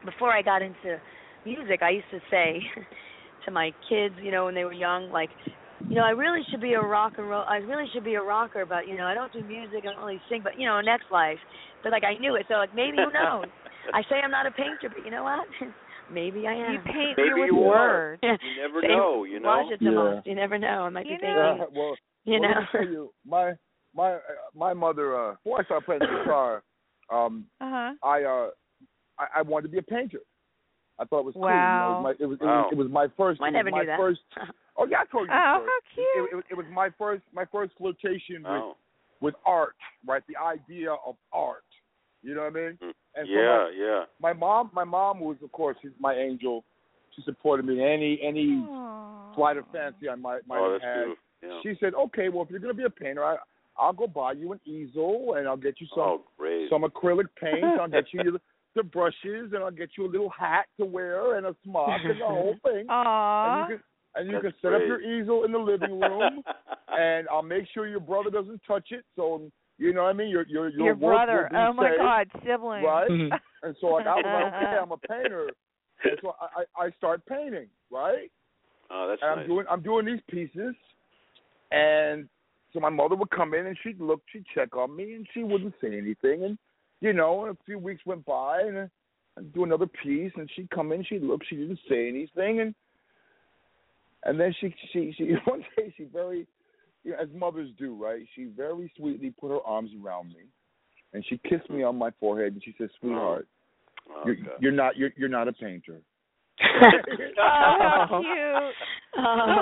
before I got into music, I used to say to my kids, you know, when they were young, like, you know, I really should be a rock and roll. I really should be a rocker, but you know, I don't do music. I don't really sing, but you know, next life. But like, I knew it. So like, maybe who knows? I say I'm not a painter, but you know what? maybe I am. You paint Maybe with you are. words. You never Say, know. You know. Watch it, Tomas. You never know. I might You be know. thinking, well, you well, know. let me tell you, my my uh, my mother. Uh, before I started playing guitar, um, Uh huh. I uh, I, I wanted to be a painter. I thought it was Wow. cool. You know, it was my, it was, Wow. it was, it was my first. I it was never my knew that. Uh-huh. First, oh yeah, I told you. Oh, this how story. cute! It, it, it was my first my first flirtation with Oh. with art, right? The idea of art. You know what I mean? Mm. And so Yeah. Yeah. my, my mom, my mom was, of course, she's my angel. She supported me in any any Oh. Aw. flight of fancy I might might Oh, have that's had. beautiful. Yeah. She said, "Okay, well, if you're going to be a painter, I, I'll go buy you an easel and I'll get you some Oh, great. some acrylic paint. I'll get you your, the brushes and I'll get you a little hat to wear and a smock and the whole thing. Aw. And you can, and you That's can set up great. your easel in the living room." and I'll make sure your brother doesn't touch it. So you know what I mean. Your your your, Your work will brother. be Oh my saved, God, sibling. right? Mhm. And so like I was like, okay, I'm a painter. And so I I I start painting, right? oh, that's And I'm nice. doing I'm doing these pieces, and so my mother would come in and she'd look, she'd check on me, and she wouldn't say anything. And you know, and a few weeks went by, and uh, I'd do another piece, and she'd come in, she'd look, she didn't say anything, and and then she she she one day she very you know, as mothers do, right? She very sweetly put her arms around me, and she kissed me on my forehead, and she said, "Sweetheart, Oh, you're, God. you're not you're, you're not a painter. Oh, how cute. Oh.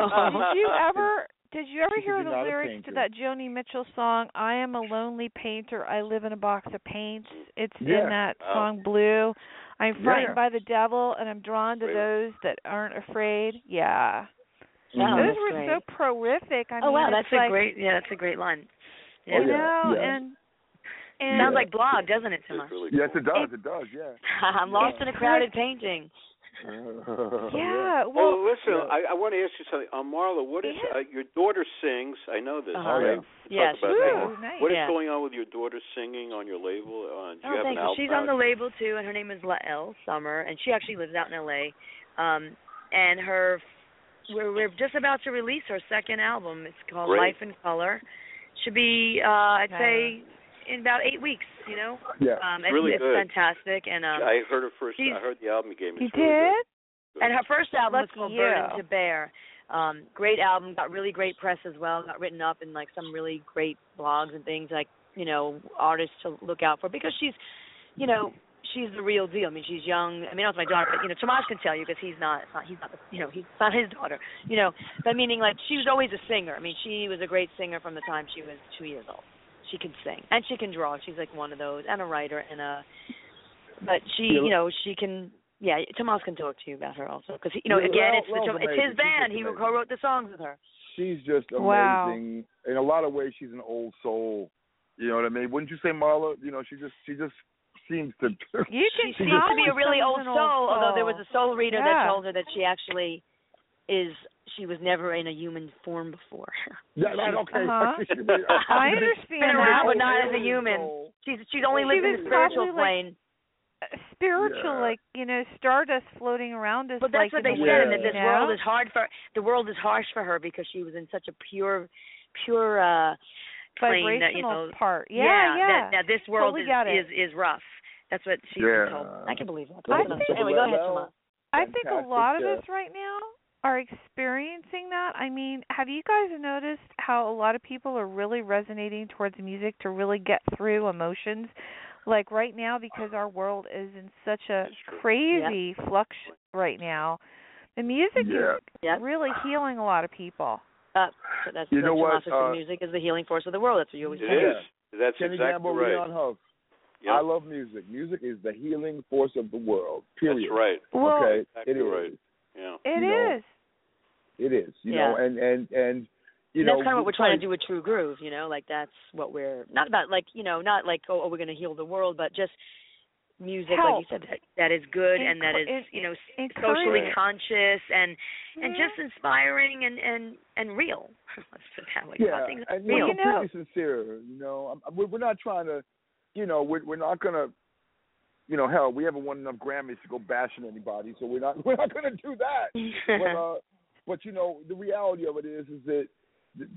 did you ever did you ever Because hear you're the not a lyrics to painter. that Joni Mitchell song I am a lonely painter I live in a box of paints it's Yeah. in that Oh. song blue I'm Yeah. frightened by the devil and I'm drawn to Right. those that aren't afraid yeah Mm-hmm. Wow, those that's were great. so prolific I oh mean wow, it's that's like, a great yeah, that's a great line. Yeah. Oh, you yeah. know yeah. and and Sounds like blog, doesn't it, Tomas? It's really Yes, cool. it does. It does. Yeah. I'm lost in a crowded painting. Oh, yeah well Well, listen, I, I want to ask you something. Uh, Marla, what is Yeah. uh, your daughter sings? I know this. Uh-huh. Oh, yeah. right? We Yes. talked about that. ooh, nice. What is Yeah. going on with your daughter singing on your label? Uh, do you Oh, have thank an you. album? She's on the out? label too, and her name is Lael Summer, and she actually lives out in L.A. Um, and her, we're we're just about to release her second album. It's called Great. Life in Color. Should be, uh, I'd say, in about eight weeks. You know, Yeah. um, It's really it's, good. it's fantastic, and um, I heard her first. she's- I heard the album you gave me. you It's really good. did And her first album was Lucky called you. Burden to Bear. Um, great album, got really great press as well, got written up in like some really great blogs and things like, you know, artists to look out for because she's, you know, she's the real deal. I mean, she's young. I mean, that's my daughter, but you know, Tomas can tell you because he's not, it's not, he's not, the, you know, he's not his daughter, you know. But meaning like she was always a singer. I mean, she was a great singer from the time she was two years old. She can sing and she can draw. She's like one of those and a writer and a, but she, Yeah, you know, she can. Yeah, Tomas can talk to you about her also, because you know, Yeah, again, Lau- it's the, Lau's Tom- it's amazing. his band. She's He amazing. co-wrote the songs with her. She's just amazing. Wow. In a lot of ways, she's an old soul. You know what I mean? Wouldn't you say, Marla? You know, she just she just seems to. you can She She's used tell to be a when really old someone's soul, an although there was soul. a soul reader Yeah. that told her that she actually is. She was never in a human form before. yeah, no, okay. Uh-huh. I I understand Been that. around, but not as a human. She's she's only She lived in was the spiritual probably, like, plane. spiritual, Yeah. like you know, stardust floating around us. But that's like, what in they a said, and way, that this you know? world is hard for the world is harsh for her because she was in such a pure, pure uh plane that you vibrational know part. Yeah, That, that this world Totally is, got it. is is rough. That's what she's Yeah. been told. I can believe that. I That's what I'm think- saying. Anyway, go ahead, Tomas. I think a fantastic, lot of uh, us right now are experiencing that. I mean, have you guys noticed how a lot of people are really resonating towards music to really get through emotions? Like right now, because our world is in such a That's true. crazy flux right now, the music Yeah. is Yep. really healing a lot lot of people. Uh, So that's You the know what, Tomas said, uh, music is the healing force of the world. That's what you always It say. is. That's Kenny exactly Gamble, right. Leon Huff. Yeah, I love music. Music is the healing force of the world. that's Period. right. Well, okay, Exactly it is. right. Yeah. it you know, is. It is. You Yeah. know, and and and you And know that's kind of what we're trying to do with True Groove, you know, like that's what we're not about, like you know, not like oh, oh we're going to heal the world, but just music, like Health. you said, that, that is good and that Encour- is you know s- encouraging. socially Right. conscious and and just inspiring and and and real. Let's put it that way. yeah, Things and real. we're You know- completely sincere. You know, I'm- I'm, we're, we're not trying to, you know, we're we're not gonna, you know, hell, we haven't won enough Grammys to go bashing anybody, so we're not we're not gonna do that. but, uh, but you know, the reality of it is, is that, th-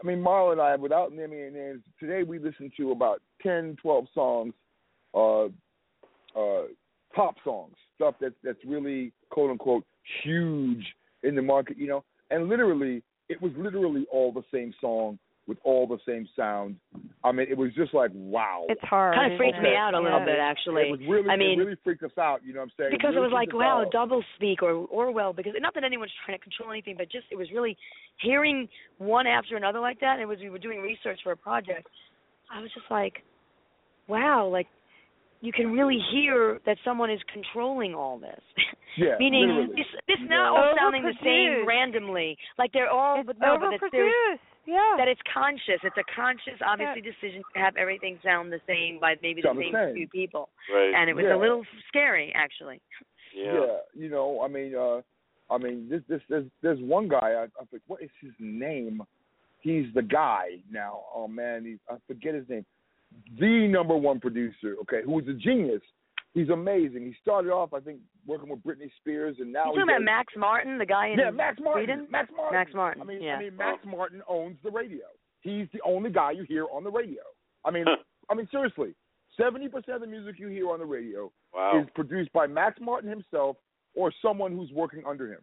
I mean, Marla and I, without naming any names, today we listened to about 10, 12 songs, uh, uh, pop songs, stuff that's that's really quote unquote huge in the market, you know, and literally, it was literally all the same song with all the same sound. I mean, it was just like wow. It's hard. kind of freaked isn't me it? out a little uh, Yeah. bit It actually. was really, I mean- it really freaked us out. You know what I'm saying? because it really was like freaked us wow out. double speak or orwell because not that anyone's trying to control anything but just it was really hearing one after another like that and it was we were doing research for a project i was just like wow like you can really hear that someone is controlling all this Yeah, meaning literally. this this You not know? all sounding the Overproduced. same randomly like they're all It's Oh, but no but that there's overproduced. Yeah. that it's conscious it's a conscious obviously decision to have everything sound the same by maybe the Sound the same same. few people Right. and it was Yeah. a little scary actually yeah. you know, I mean, uh I mean, this this there's there's one guy. I, I forget what is his name. He's the guy now. Oh man, he's I forget his name. The number one producer, okay, who is a genius. He's amazing. He started off, I think, working with Britney Spears, and now You he's talking about Max Martin, the guy in yeah, Max Martin. Sweden? Max Martin. Max Martin, I mean, yeah. I mean, Max Martin owns the radio. He's the only guy you hear on the radio. I mean, I mean, seriously, seventy percent of the music you hear on the radio Wow. is produced by Max Martin himself or someone who's working under him.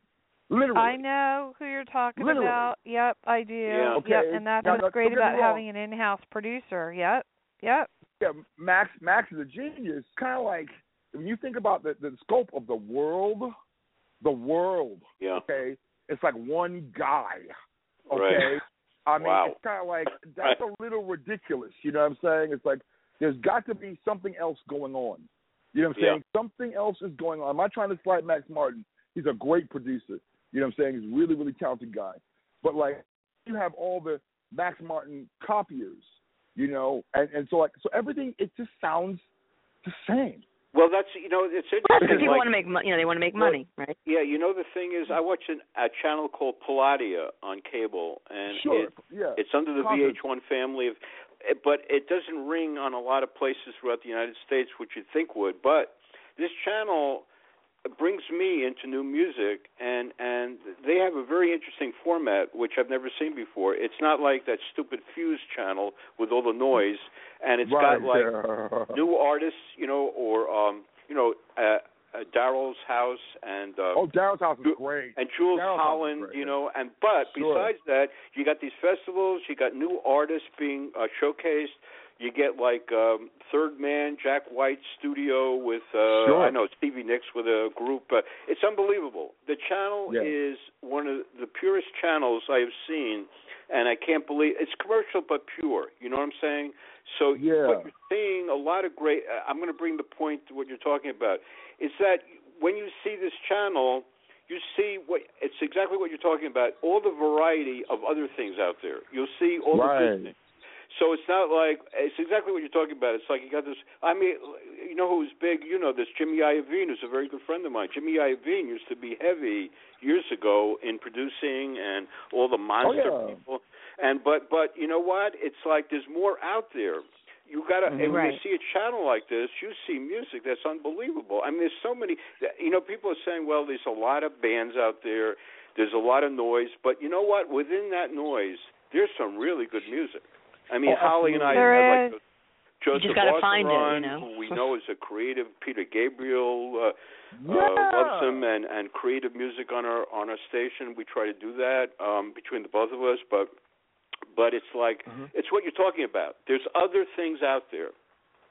Literally. I know who you're talking Literally. about. Yep, I do. Yeah. Okay. Yep, and that's Now, now, what's great don't get me about wrong. having an in-house producer. Yep, yep. Yeah, Max Max is a genius. Kind of like when you think about the the scope of the world the world. Yeah. Okay, it's like one guy. Okay, Right. I mean, Wow. it's kind of like that's a little ridiculous. You know what I'm saying? It's like there's got to be something else going on. You know what I'm Yeah. saying? Something else is going on. I'm not trying to slight Max Martin. He's a great producer. You know what I'm saying? He's a really, really talented guy. But like you have all the Max Martin copiers, you know, and, and so like so everything it just sounds the same. Well, that's you know it's That's because interesting. people like, want to make money. You know, they want to make Well, money, right? yeah, you know the thing is, I watch an, a channel called Palladia on cable, and sure. it, yeah. It's under the Congress. VH1 family of, eh, but it doesn't ring on a lot of places throughout the United States, which you'd think would. But this channel brings me into new music, and and they have a very interesting format which I've never seen before. It's not like that stupid Fuse channel with all the noise, and it's right got like there. new uh, artists, you know, or um, you know, uh, uh, Daryl's house and uh, Oh, Daryl's house is Ju- great. and Jules Now it's Holland, great. you know, and but Sure. besides that, you got these festivals, you got new artists being uh, showcased. You get like um Third Man, Jack White's studio with uh Sure. I know Stevie Nicks with a group. Uh, it's unbelievable. The channel Yeah. is one of the purest channels I have seen, and I can't believe it's commercial but pure. You know what I'm saying? So Yeah. but you're seeing a lot of great. I- I'm going to bring the point to what you're talking about. Is that when you see this channel, you see what it's exactly what you're talking about. All the variety of other things out there. You'll see all the Right. business. So it's not like it's exactly what you're talking about. It's like you got this. I mean, you know who's big? You know this Jimmy Iovine, who's a very good friend of mine. Jimmy Iovine used to be heavy years ago in producing and all the monster Oh, yeah. people. And but but you know what? It's like there's more out there. You gotta Mhm. and when you Right. see a channel like this, you see music that's unbelievable. I mean, there's so many. You know, people are saying, well, there's a lot of bands out there. There's a lot of noise, but you know what? Within that noise, there's some really good music. I mean, Oh, Holly and I absolutely. There have like a, Joseph just gotta find it, you Ortheron, know. who we know is a creative. Peter Gabriel uh, yeah. uh, loves him and and creative music on our on our station. We try to do that um, between the both of us, but but it's like Mhm. it's what you're talking about. There's other things out there.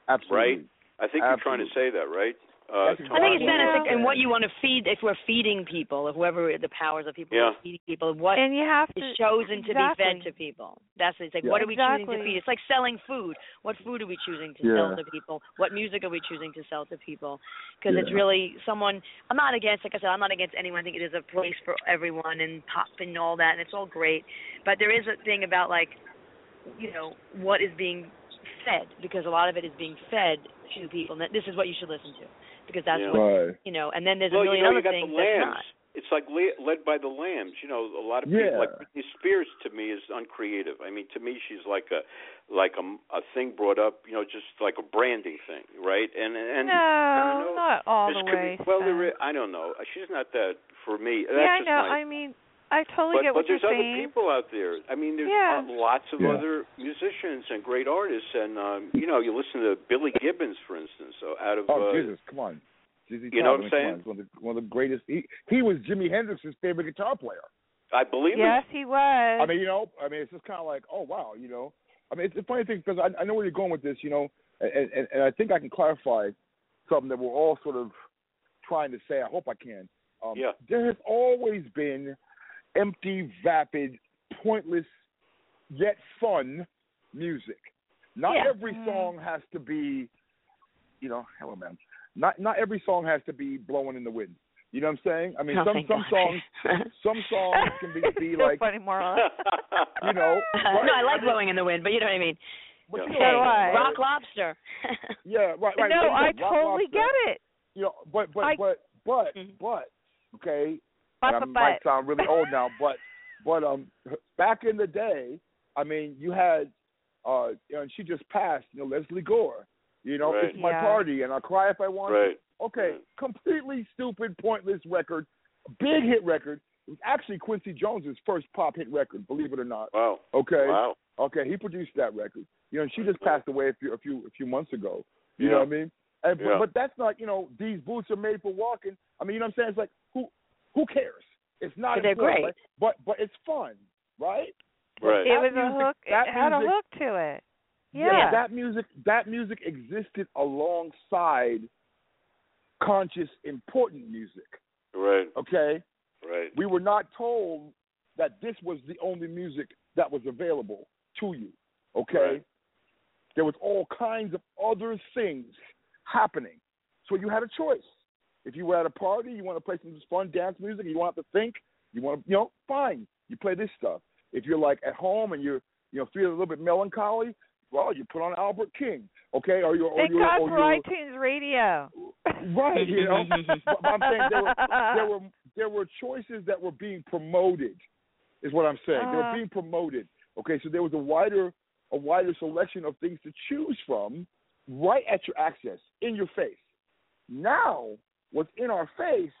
Absolutely. right? I think you're trying to say that, right? Uh, That's Tom? I think it's Yeah. benefit and what you want to feed. If we're feeding people, if whoever the powers of people Yeah. are feeding people, what and you have is to chosen exactly. to be fed to people. That's it's like Yeah. what are we choosing Exactly. to feed? It's like selling food. What food are we choosing to Yeah. sell to people? What music are we choosing to sell to people? Because it's Yeah. really someone. I'm not against. Like I said, I'm not against anyone. I think it is a place for everyone and pop and all that, and it's all great. But there is a thing about like, you know, what is being fed because a lot of it is being fed to people. And that- this is what you should listen to because that's Yeah. what Right. you know. And then there's well, a million you know, other you got things the that's lambs. not. It's like le- led by the lambs. You know, a lot of Yeah. people like Britney Spears to me is uncreative. I mean, to me she's like a like a, a thing brought up. You know, just like a branding thing, right? And and no, I don't know. not all this the could way. be, well, Sven. there is, I don't know. She's not that for me. That's yeah, I just know. my I mean, I totally but, get what but you're there's other saying. people out there. I mean, there's Yeah. uh, lots of Yeah. other musicians and great artists, and um, you know, you listen to Billy Gibbons, for instance, so out of Oh uh, Jesus, come on. Dizzy you know Gillespie, what I'm come on. He's One of the, one of the greatest. He he was Jimi Hendrix's favorite guitar player. I believe yes, it's he was. I mean, you know, I mean, it's just kind of like, oh wow, you know. I mean, it's a funny thing because I, I know where you're going with this, you know, and, and and I think I can clarify something that we're all sort of trying to say. I hope I can. Um, Yeah. There has always been empty, vapid, pointless, yet fun music. Not Yeah. Mm. every Mhm. song has to be, you know, hello, man. Not not every song has to be blowing in the wind. You know what I'm saying? I mean, Oh, some thank some God. songs some songs can be, be so like funny, Marla. you know. right. Uh, no, I like blowing in the wind, but you know what I mean. But you Yeah. know, So do I. Rock lobster. Yeah, right, right. no, Like, I rock totally lobster, get it. You know, but but I- but but Mhm. but okay. But, and I but, might but. sound really old now, but but um, back in the day, I mean, you had uh, you know, and she just passed. You know, Leslie Gore. You know, Right. it's my Yeah. party, and I cry if I want. right. Mm-hmm. Okay, Right. completely stupid, pointless record, big hit record. It was actually Quincy Jones's first pop hit record, believe it or not. Wow. Okay. Wow. Okay, he produced that record. You know, and she just passed away a few a few a few months ago. You Yeah. know what I mean? And, Yeah. but, but that's not you know these boots are made for walking. I mean, you know what I'm saying? It's like who who cares? It's not But they're important, great. right? but but it's fun, right? Right. It was That music- a hook. that It had a music- hook to it. Yeah. that music that music existed alongside conscious important music. Right. Okay, Right. we were not told that this was the only music that was available to you. Okay, Right. there was all kinds of other things happening, so you had a choice. If you were at a party, you want to play some fun dance music, you don't have to think. You want to, you know, fine. You play this stuff. If you're like at home and you're, you know, feeling a little bit melancholy, well, you put on Albert King, okay? Or you, or Thank you, God or for you, iTunes Radio. Right, you know. but but I'm saying there were, there were there were choices that were being promoted, is what I'm saying. they were Uh-huh. being promoted. Okay, so there was a wider a wider selection of things to choose from, right at your access, in your face. Now, what's in our face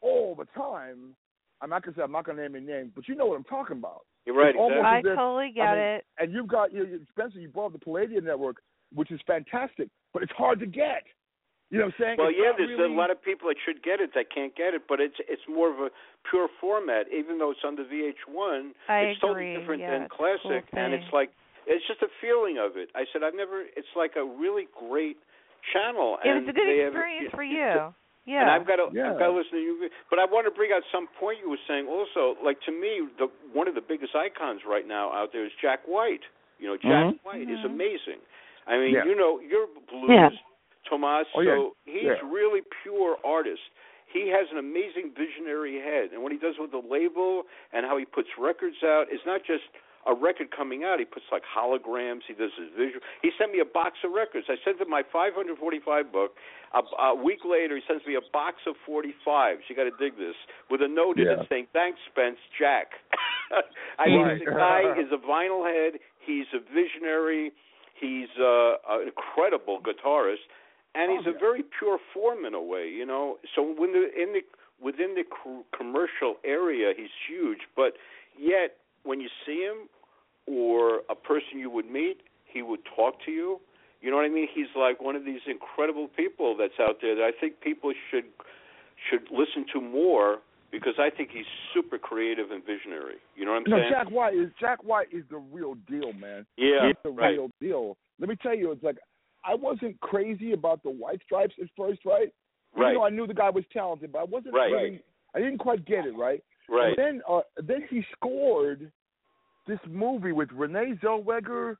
all the time? I'm not gonna say I'm not gonna name any names, but you know what I'm talking about. You're right. It's almost- Exactly. I there- totally get mean, it. And you've got you you- Spencer. You brought up the Palladium Network, which is fantastic, but it's hard to get. You know what I'm saying? Well, It's yeah, not there's a really- lot of people that should get it that can't get it, but it's it's more of a pure format. Even though it's under VH1, I it's agree, totally different yeah, than it's a cool classic, and thing. it's like it's just a feeling of it. I said I've never. It's like a really great channel. It was and a they good have- experience for it's- you. Yeah. And I've got to Yeah. I've got to listen to you, but I want to bring out some point you were saying also. Like to me, the one of the biggest icons right now out there is Jack White. You know, Jack Mhm. White is Mhm. amazing. I mean, Yeah. you know, your blues, Yeah. Tomas. Oh, yeah. so he's Yeah. really pure artist. He has an amazing visionary head, and what he does with the label and how he puts records out is not just a record coming out. He puts like holograms. He does his visual. He sent me a box of records. I sent him my 545 book. A, a week later, he sends me a box of 45s. You got to dig this with a note in Yeah. it saying, "Thanks, Spence, Jack." I mean, Right. the guy is a vinyl head. He's a visionary. He's uh, an incredible guitarist, and he's Oh, a yeah. very pure form in a way, you know. So when the in the within the cr- commercial area, he's huge, but yet when you see him or a person you would meet, he would talk to you. You know what I mean? He's like one of these incredible people that's out there that I think people should should listen to more because I think he's super creative and visionary. You know what I'm No, saying? Jack White is Jack White is the real deal, man. yeah, It's the right. real deal. Let me tell you, it's like I wasn't crazy about the White Stripes at first, right? Right. Even though I knew the guy was talented, but I wasn't Right. really- I didn't quite get it, right? Right. And then uh, then he scored this movie with Renee Zellweger.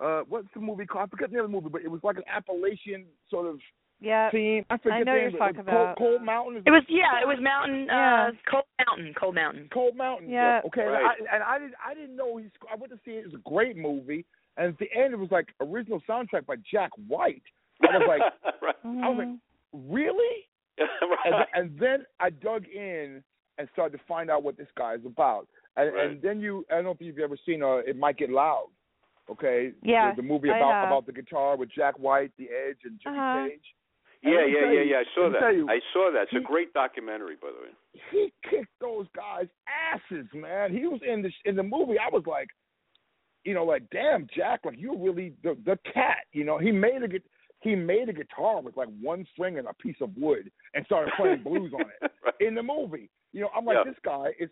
Uh, what's the movie called? I forget the name of the movie, but it was like an Appalachian sort of yeah. theme. I forget know you're the name of it. talking It was Cold- about. Cold Mountain. Is It was yeah, it was Mountain Yeah. uh Cold Mountain, Cold Mountain. Cold Mountain. Yeah. Okay. Right. And, I, and I didn't I didn't know he. sc- I went to see it. It was a great movie. And at the end, it was like original soundtrack by Jack White. I was like, right. I Mm-hmm. was like, really? And, right. and then I dug in and started to find out what this guy is about. And, Right. and then you, I don't know if you've ever seen uh, It Might Get Loud. Okay. Yeah, The, the movie I about have. about the guitar with Jack White, The Edge, and Jimmy Uh-huh. Page. And Yeah, let me yeah, tell yeah, you- yeah. I saw let me tell that. you, I saw that. It's he- a great documentary, by the way. he kicked those guys asses, man. He was in the in the movie. I was like, you know, like damn, Jack, like you're really the the cat. You know, he made a gu- he made a guitar with like one string and a piece of wood and started playing blues on it Right. in the movie. You know, I'm like, Yeah. this guy is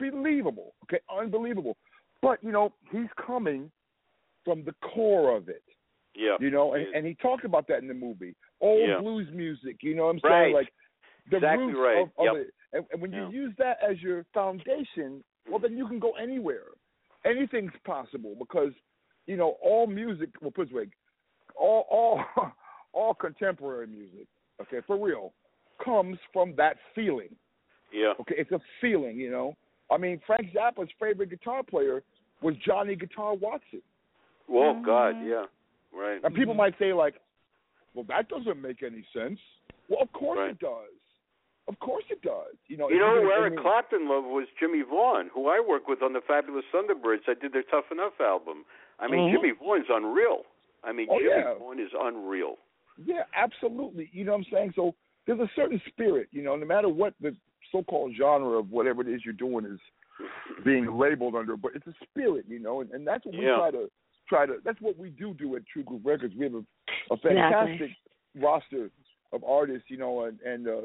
unbelievable. Okay, unbelievable. But you know, he's coming from the core of it. Yeah. You know, and, Yeah. and he talked about that in the movie. Old Yeah. blues music. You know what I'm Right. saying? Like the Exactly roots right. of, of Yep. it. And, and when Yeah. you use that as your foundation, well, then you can go anywhere. Anything's possible because you know all music. Well, put it this way, all all all contemporary music. Okay, for real, comes from that feeling. yeah. Okay, it's a feeling, you know. I mean, Frank Zappa's favorite guitar player was Johnny Guitar Watson. Oh God, yeah. Right. And people might say, like, well, that doesn't make any sense. Well, of course Right. it does. Of course it does. You know, You if know you're who gonna- Eric I mean- Clapton loved was Jimmy Vaughn, who I work with on the Fabulous Thunderbirds. I did their Tough Enough album. I mean, Mhm. Jimmy Vaughn's unreal. I mean, Oh, Jimmy yeah. Vaughn is unreal. Yeah, absolutely. You know what I'm saying? So there's a certain spirit, you know, no matter what the so called genre of whatever it is you're doing is being labeled under, but it's a spirit, you know, and, and that's what we Yeah. try to try to that's what we do do at True Group Records. We have a, a fantastic roster of artists, you know, and, and uh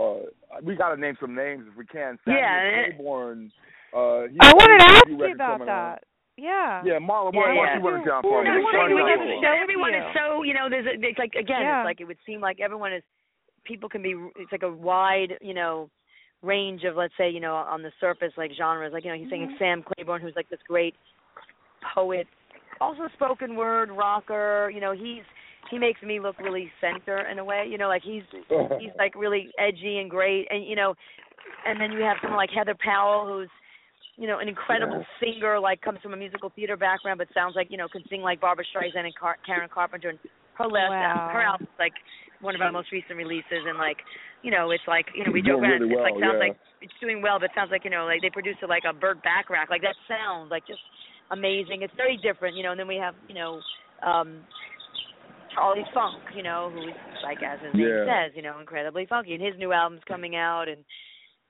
uh we gotta name some names if we can. Samuel Yeah. Claiborne, uh he's I got wanted to a ask new you record about coming out. that. Yeah. Yeah, Marla, why, Yeah, why yeah. don't you run it down for Well, me? Everyone, Everyone everyone is is so- so, everyone is so, you know, there's a, it's like again, Yeah. it's like it would seem like everyone is people can be it's like a wide you know range of let's say you know on the surface like genres like you know he's singing Sam Claiborne who's like this great poet also spoken word rocker you know he's he makes me look really center in a way you know like he's he's like really edgy and great and you know and then you have someone like Heather Powell who's you know an incredible singer like comes from a musical theater background but sounds like you know can sing like Barbara Streisand and Car- Karen Carpenter and her last Wow. her album's like one of our most recent releases and like you know it's like you know we It's joke doing around really it's like well, sounds yeah. like it's doing well but sounds like you know like they produced it like a Burt Bacharach like that sounds like just amazing it's very different you know and then we have you know um Charlie Funk, you know, who's like as his name Yeah. says, you know, incredibly funky, and his new album's coming out, and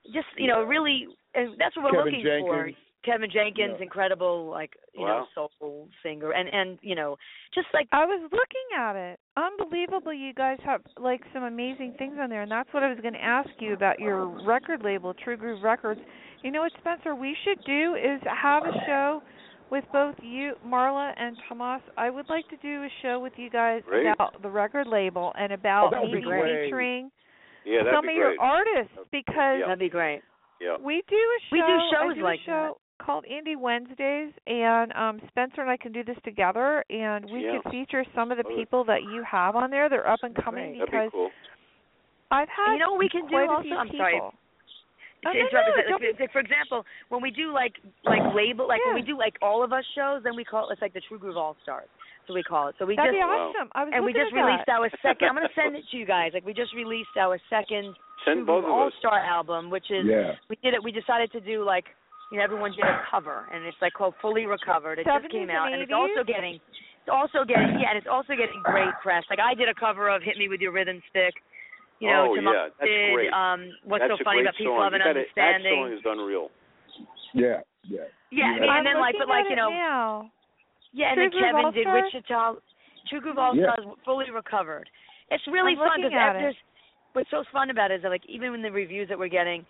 just you know, really, and that's what we're Kevin looking for. Jenkins. Kevin Jenkins, Yeah. incredible, like you know, soul singer, and and you know, just like I was looking at it. Unbelievable, you guys have like some amazing things on there, and that's what I was going to ask you about your record label, True Groove Records. You know what, Spencer? We should do is have a show with both you, Marla, and Tomas. I would like to do a show with you guys Great. Oh, about the record label and about that would be maybe great. featuring Yeah, that'd some be of great. your artists because that'd be great. yeah. we do a show. We do shows I do like a show called Indie Wednesdays, and um, Spencer and I can do this together, and we Yeah. Oh, could feature some of the Love it. people people that you have on there. They're up and coming That'd Great. because be cool. I've had You know what we can do quite a also? few I'm people. sorry. Oh, no, to interrupt no, is that, don't like, like, for example, when we do like like label like when Yeah. we do like all of us shows, then we call it it's like the True Groove All Stars. So we call it. So we That'd be just Wow. awesome. I was and we looking just at released that. our second. I'm gonna send it to you guys. Like we just released our second Send both of All us. Star album, which is yeah. we did it. We decided to do like you know everyone did a cover, and it's like called Fully Recovered. It just 70s came and out, and it's 80s? also getting it's also getting yeah, and it's also getting great press. Like I did a cover of Hit Me with Your Rhythm Stick. You know, Oh, Jamal yeah, that's did, great. um What's That's a so funny great about peace, song. love, You and gotta- That understanding? song is unreal. Yeah. Yeah. yeah, Yeah. I mean, and I'm then like, but looking like at you it know, now. yeah, and then True Groove Kevin did All-Stars? Wichita. True Groove All Yeah. Stars fully recovered. It's really I'm fun looking because at it. there's what's so fun about it is that like even in the reviews that we're getting,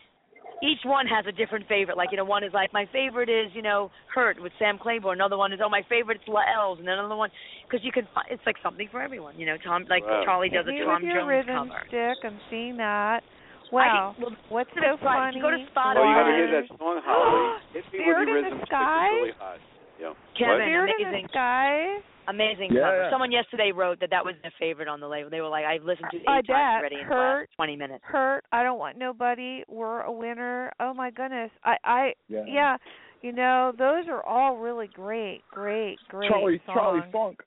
each one has a different favorite. Like you know, one is like my favorite is you know Hurt with Sam Claiborne. Another one is oh my favorite is La Elves, and then another one because you can fi- it's like something for everyone. You know, Tom like Wow. Charlie does Hit Me a Tom with your Jones rhythm cover. stick. I'm seeing that. Wow. well, What's listen to so Spotify. If funny? you go to Spotify- Oh, you gotta Why? hear that song, Holly. Hit me Spirit with your in the rhythm. stick. It's Sky? really hot. Yeah. Kevin, Spirit in amazing. the sky. Amazing Yeah, cover. yeah. Someone yesterday wrote that that was their favorite on the label. They were like, I've listened to it eight I times bet. already in the Hurt. last 20 minutes. Hurt. I don't want nobody. We're a winner. Oh my goodness. I I Yeah. yeah. You know, those are all really great, great, great Charlie songs. Charlie Funk.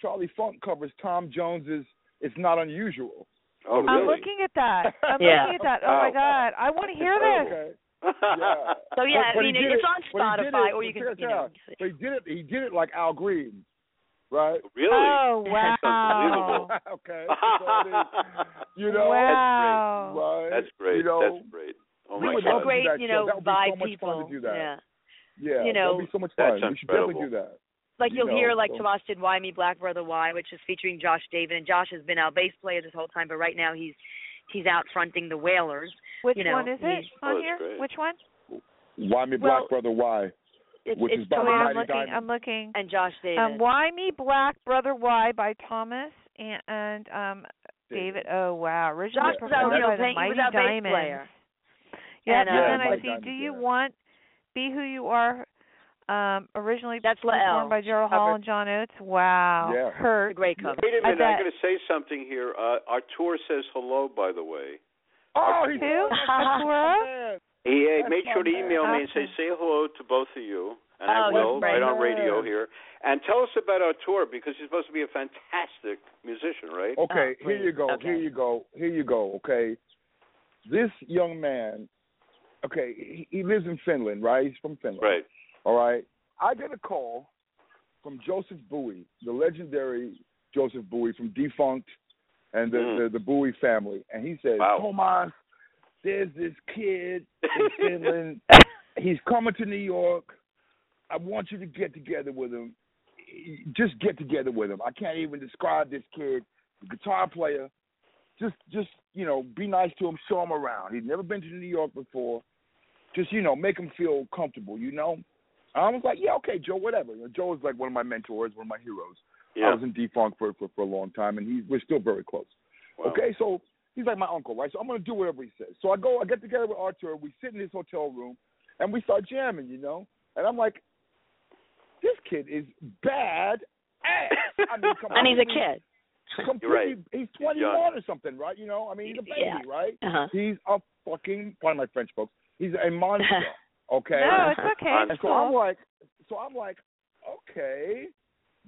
Charlie Funk covers Tom Jones's "It's Not Unusual." Oh, I'm really? looking at that. I'm Yeah. looking at that. Oh my Wow. god. I want to hear Incredible. this. Oh, Okay. yeah. So yeah, But- I but he mean did it's it- on but he did Spotify it- or you but can check it you know. out. But he did it. He did it like Al Green, right? Really? Oh That's wow. okay. So it is, you know. wow. Right? That's great. You know, That's great. Oh we my would So God. love to great, do that you show. know, That would be by so much people. fun to do that. Yeah. Yeah, you know, that'd be so much That's fun. We should definitely do incredible. that. Like You you'll know, hear like so- Tomas did Why Me Black Brother Why, which is featuring Josh David and Josh has been our bass player this whole time, but right now he's he's out fronting the Whalers. Which You know, one is it he's- Oh, on that's here? great. Which one? Why me, Well- Black Brother? Why? It's Which it's is by Wait, Tomas the I'm Mighty looking. Diamond. I'm looking. and Josh David. Um, Why Me Black Brother Why by Thomas and, and um David. Oh wow. Original Josh Yeah. was our performed you know by the playing he Mighty was our bass Diamonds. player. Yeah, and, And, uh, Yeah, then I Mike see. Diamond, Do you yeah. want "Be Who You Are"? Um, originally That's Lael. performed by Gerald Hall Covered. and John Oates. Wow, Yeah. It's a hurt. great cover. Wait a I minute. I'm bet. going to say something here. Uh, our tour says hello, by the way. Oh, he's Who? Sakura? man. Yeah, That's make sure to my man. email me and say Awesome. say hello to both of you, and Oh, I that's will great. right on radio Yeah. here. And tell us about our tour because you're supposed to be a fantastic musician, right? Okay, Oh, here you please. go. Okay. Here you go. Here you go. Okay, this young man. Okay, he, he lives in Finland, right? He's from Finland. Oh, Right. All right. I get a call from Joseph Bowie, the legendary Joseph Bowie from defunct and the Mm. the, the Bowie family, and he says, Wow. "Tomas, there's this kid in Finland. He's coming to New York. I want you to get together with him. Just get together with him. I can't even describe this kid, the guitar player. Just, just you know, be nice to him. Show him around. He's never been to New York before. Just you know, make him feel comfortable. You know." I was like, yeah, okay, Joe, whatever. You know, Joe is like one of my mentors, one of my heroes. I Yeah. was in Defunk for, for for a long time, and he we're still very close. Wow. Okay, so he's like my uncle, right? So I'm gonna do whatever he says. So I go, I get together with Artur, we sit in his hotel room, and we start jamming, you know. And I'm like, this kid is bad ass. I mean, come and he's a kid. Completely, right. he's 21 young. or something, right? You know, I mean, he's a baby, Yeah. right? Uh-huh. He's a fucking, pardon my French, folks. He's a monster, okay? No, it's okay. I'm And It's so I'm cool. like, so I'm like, okay,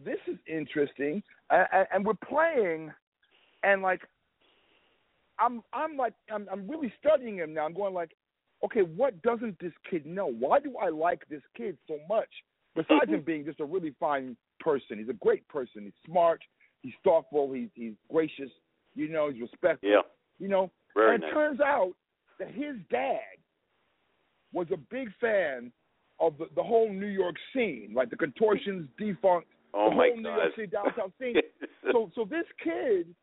this is interesting, and, and, and we're playing, and like, I'm I'm like I'm I'm really studying him now. I'm going like, okay, what doesn't this kid know? Why do I like this kid so much? Besides him being just a really fine person, he's a great person. He's smart. He's thoughtful. He's he's gracious. You know, he's respectful. Yeah. You know, Very and it nice. turns out that his dad was a big fan of the, the whole New York scene, like the contortions, defunct, oh the my whole New God. York City downtown scene. so, so this kid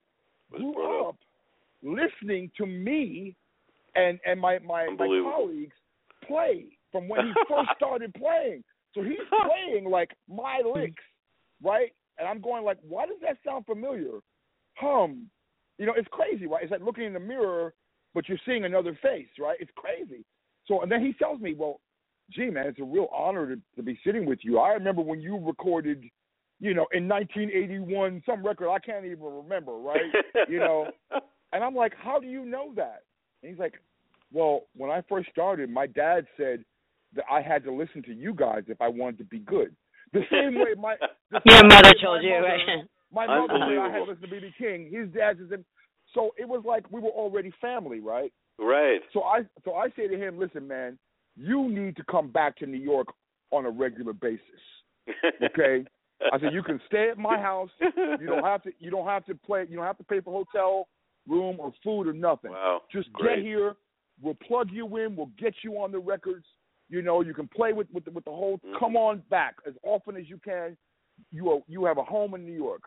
Was grew brought up listening to me and and my my, my Unbelievable. colleagues play from when he first started playing. So he's playing like my licks, right? And I'm going like, why does that sound familiar? Hum, you know, it's crazy, right? It's like looking in the mirror, but you're seeing another face, right? It's crazy. So and then he tells me, well, gee man, it's a real honor to, to be sitting with you. I remember when you recorded, you know, in 1981 some record I can't even remember, right? you know. And I'm like, how do you know that? And he's like, well, when I first started, my dad said that I had to listen to you guys if I wanted to be good. The same way my the Your same mother way told my you, mother- right? My mother said I had to Unbelievable. listen to BB King. His dad said, so it was like we were already family, right? Right. So I so I say to him, listen, man, you need to come back to New York on a regular basis. Okay. I said you can stay at my house. You don't have to you don't have to play you don't have to pay for hotel room or food or nothing. Wow. Just Great. get here. We'll plug you in. We'll get you on the records. You know, you can play with with the, with the whole. Mhm. Come on back as often as you can. You are, you have a home in New York,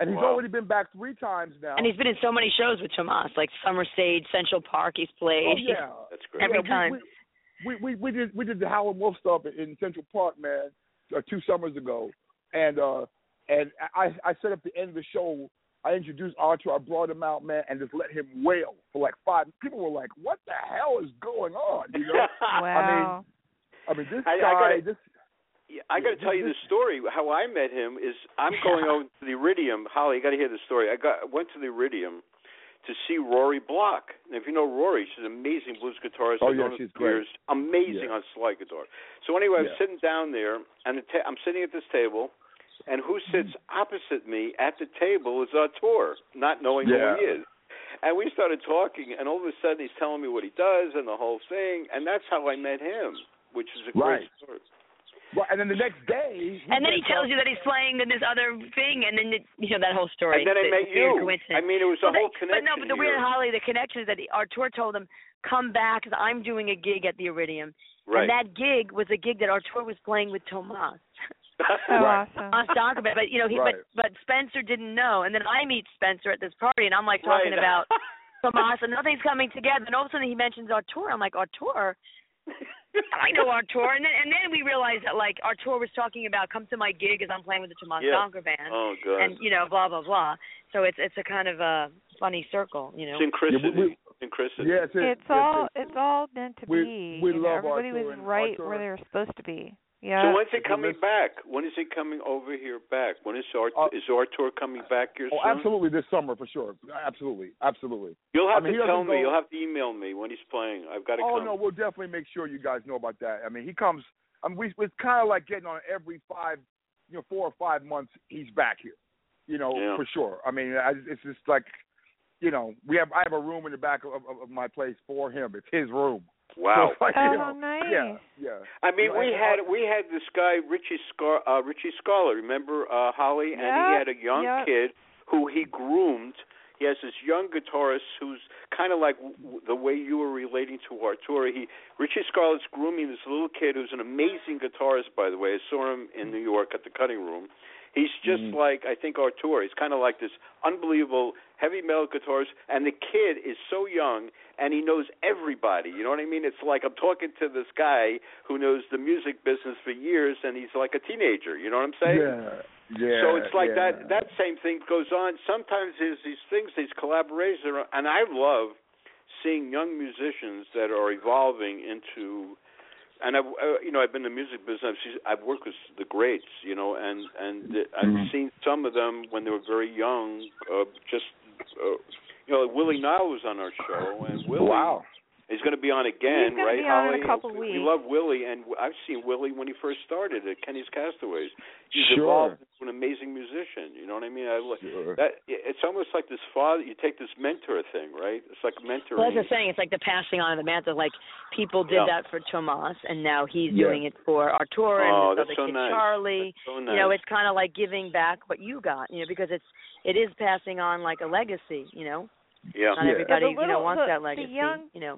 and he's Wow. already been back three times now. And he's been in so many shows with Tomas, like Summer Stage, Central Park. He's oh played. yeah, That's great. Every Yeah, we- time. We, we we we did we did the Howard Wolf stuff in- in Central Park, man, uh, two summers ago, and uh and I I set up the end of the show. I introduced Archer, I brought him out, man, and just let him wail for like five. People were like, "What the hell is going on?" You know. Wow. I mean, this I- I guy, gotta- this Yeah, I got to tell you the story. How I met him is I'm going over to the Iridium. Holly, you got to hear the story. I got went to the Iridium to see Rory Block. And if you know Rory, she's an amazing blues guitarist. Oh, I've yeah, known her she's for years. Amazing Yeah. on slide guitar. So anyway, Yeah. I'm sitting down there, and the ta- I'm sitting at this table, and who sits Mm-hmm. opposite me at the table is Artur, not knowing Yeah. who he is. And we started talking, and all of a sudden he's telling me what he does and the whole thing, and that's how I met him, which is a great Right. story. well, and then the next day, And then he tells you that he's playing in this other thing, and then it, you know that whole story. And then I It's a met weird you. I coincidence. mean, it was a Well, whole that- connection. But no, but the here. weird Holly, the connection is that the, Artur told him, "Come back, 'cause I'm doing a gig at the Iridium." right? And that gig was a gig that Artur was playing with Tomas. So Right. awesome. Tomas Donovan, but you know, he, Right. but but Spencer didn't know. And then I meet Spencer at this party, and I'm like talking Right. about Tomas, and nothing's coming together. And all of a sudden, he mentions Artur. I'm like, Artur. I know Artur, and then and then we realized that like Artur was talking about come to my gig as I'm playing with the Tomas Yeah. Donovan band oh God. and you know, blah blah blah. So it's it's a kind of a funny circle, you know. Synchronicity. Yeah, we- we- Synchronicity. yeah, it's, it. It's Yes, all it. it's all meant to We- be. we you know, love everybody Arthur was and right Arthur. where they were supposed to be. So Yeah. when's it If you coming miss- back? When is it coming over here back? When is our Uh, is our tour coming back here Oh, soon? absolutely, this summer for sure. Absolutely, absolutely. You'll have I mean, he to tell doesn't me. go- You'll have to email me when he's playing. I've got to Oh come. no, we'll definitely make sure you guys know about that. I mean, he comes. I mean, we, it's kind of like getting on every five, you know, four or five months. He's back here, you know, Yeah. for sure. I mean, I, it's just like, you know, we have I have a room in the back of, of, of my place for him. It's his room. Wow. So it's like, Oh, you know, nice. Yeah, yeah. I mean, You we know, had we had this guy Richie Scar uh, Richie Scarla. Remember uh, Holly? And he Yeah, had a young yeah. kid who he groomed. He has this young guitarist who's kind of like w- w- the way you were relating to Arturo. He Richie Scarlett's grooming this little kid who's an amazing guitarist, by the way. I saw him in New York at the Cutting Room. He's just Mhm. like I think Artur. He's kind of like this unbelievable heavy metal guitarist, and the kid is so young and he knows everybody. You know what I mean? It's like I'm talking to this guy who knows the music business for years, and he's like a teenager. You know what I'm saying? Yeah, Yeah. so it's like yeah. that that same thing goes on. Sometimes there's these things, these collaborations, that are- and I love seeing young musicians that are evolving into. And I've uh, you know I've been in the music business. I've, seen- I've worked with the greats, you know, and and I've Mhm. seen some of them when they were very young. Uh, just uh, you know, Willie Nile was on our show, and Willie Oh, Wow. is going to be on He's again, gonna right? be on in a Holly? couple we weeks. love Willie, and I've seen Willie when he first started at Kenny's Castaways. He's Sure. evolved into an amazing musician. You know what I mean? I, lo- Sure. that it's almost like this father. You take this mentor thing, right? It's like mentoring. Well, that's the thing. It's like the passing on of the mantle. Like people did Yeah. that for Tomas, and now he's Yeah. doing it for Oh, Arturo and this that's other so kid, nice. Charlie. so You know, nice. it's kind of like giving back what you got. You know, because it's it is passing on like a legacy. You know, yeah, not Yeah. everybody Yeah, the you know little- wants the- that the legacy. young- you know,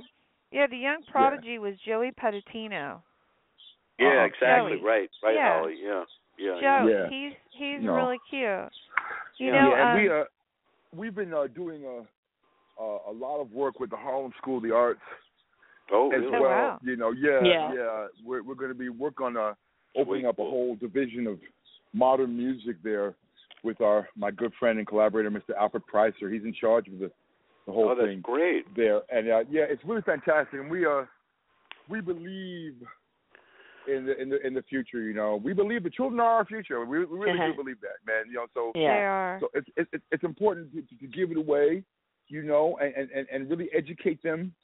Yeah, the young prodigy was Joey Peditino. yeah, Uh-huh. exactly, Joey. right, right, Yeah. Holly, yeah, yeah, yeah. Joe, Yeah. he's he's No. really cute. You Yeah. know, yeah, and um, we uh, we've been uh, doing a, a a lot of work with the Harlem School of the Arts Oh, as really? well. wow. You know, yeah, Yeah. We're we're going to be work on uh, opening Sweet. up a whole division of modern music there with our my good friend and collaborator, Mr. Alfred Pricer. He's in charge of the the whole Oh, that's thing great. there, and uh, yeah, it's really fantastic. And we uh, we believe in the in the in the future. You know, we believe the children are our future. We, we really Uh-huh. do believe that, man. You know, so they yeah. are. so it's it's it's- it's important to, to, to give it away, you know, and, and- and and really educate them,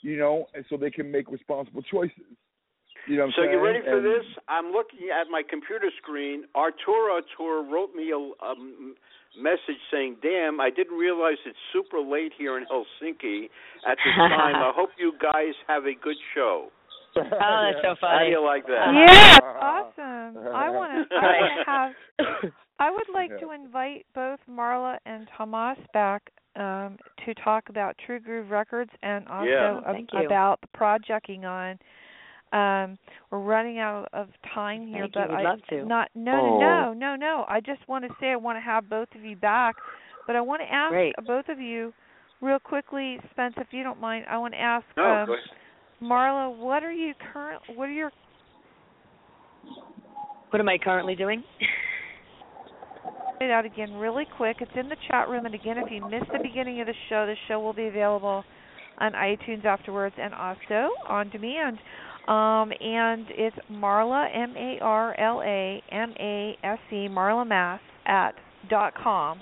you know, and so they can make responsible choices. You know. What so I'm you saying? ready for And- this? I'm looking at my computer screen. Arturo Tour wrote me a, a m- message saying, "Damn, I didn't realize it's super late here in Helsinki at this time. I hope you guys have a good show." Oh, that's so How do funny. Uh-huh. you like that? Yeah, awesome. Uh-huh. I want to. I want to have. I would like Yeah. to invite both Marla and Tomas back um, to talk about True Groove Records and also Yeah. Oh, ab- thank you. about the projecting on. Um, we're running out of time here, Thank you. but We'd I love to. not no Oh. no no no no. I just want to say I want to have both of you back, but I want to ask Great. both of you real quickly, Spence, if you don't mind. I want to ask No, um, go ahead. Marla, what are you current? What are your What am I currently doing? it out again really quick. It's in the chat room, and again, if you missed the beginning of the show, the show will be available on iTunes afterwards and also on demand. Um, and it's Marla M A R L A M A S E Marla Mass at dot com.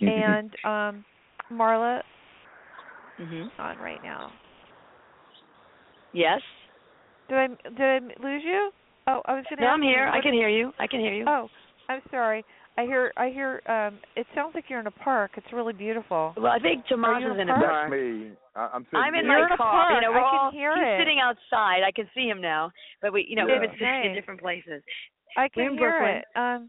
and um, Marla hmm on right now. Yes. Did I did I lose you? Oh, I was going to. No, I'm here. I can hear you. I can hear you. Oh, I'm sorry. I hear. I hear. Um, it sounds like you're in a park. It's really beautiful. Well, I think Tomas Are you is in a in a park? bar. That's me. I, I'm sitting I'm in here. You're my in a car. park. You I know, we're can all hear he's it. sitting outside. I can see him now, but we, you know, Yeah. we've been sitting Nice. in different places. I We're can in hear Brooklyn. it. Um,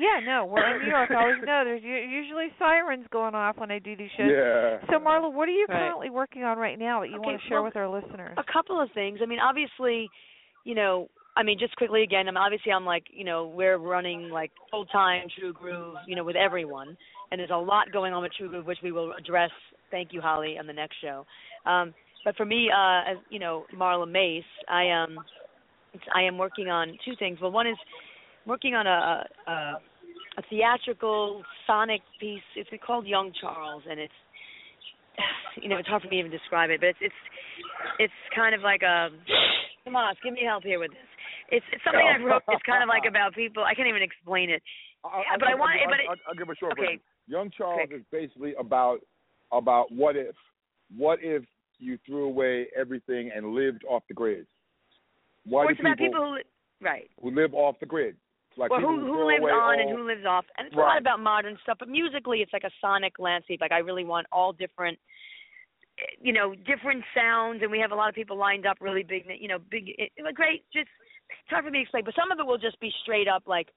yeah, no, we're in New York. I always know there's u- usually sirens going off when I do these shows. Yeah. So, Marla, what are you Right. currently working on right now that you Okay, want to share well, with our listeners? A couple of things. I mean, obviously, you know, I mean, just quickly again. I'm obviously I'm like, you know, we're running like full time True Groove, you know, with everyone, and there's a lot going on with True Groove, which we will address. Thank you, Holly, on the next show. Um, but for me, uh, as you know, Marla Mace, I um, it's, I am working on two things. Well, one is working on a, a a theatrical sonic piece. It's called Young Charles, and it's you know it's hard for me to even describe it, but it's it's it's kind of like a come on, give me help here with this. It's it's something I wrote. It's kind of like about people. I can't even explain it. I'll, Yeah, but I I'll- want- I'll, but it- I'll, I'll give a short okay. version. Young Charles Quick. is basically about about what if, what if you threw away everything and lived off the grid? Why or do it's about people who li- right. who live off the grid? Like Well, people who who, who throw lives away on and all- who lives off, and it's a lot Right. about modern stuff. But musically, it's like a sonic landscape. Like I really want all different, eh, you know, different sounds, and we have a lot of people lined up, really big, you know, big, it, it, great. Just it's hard for me to explain, but some of it will just be straight up like,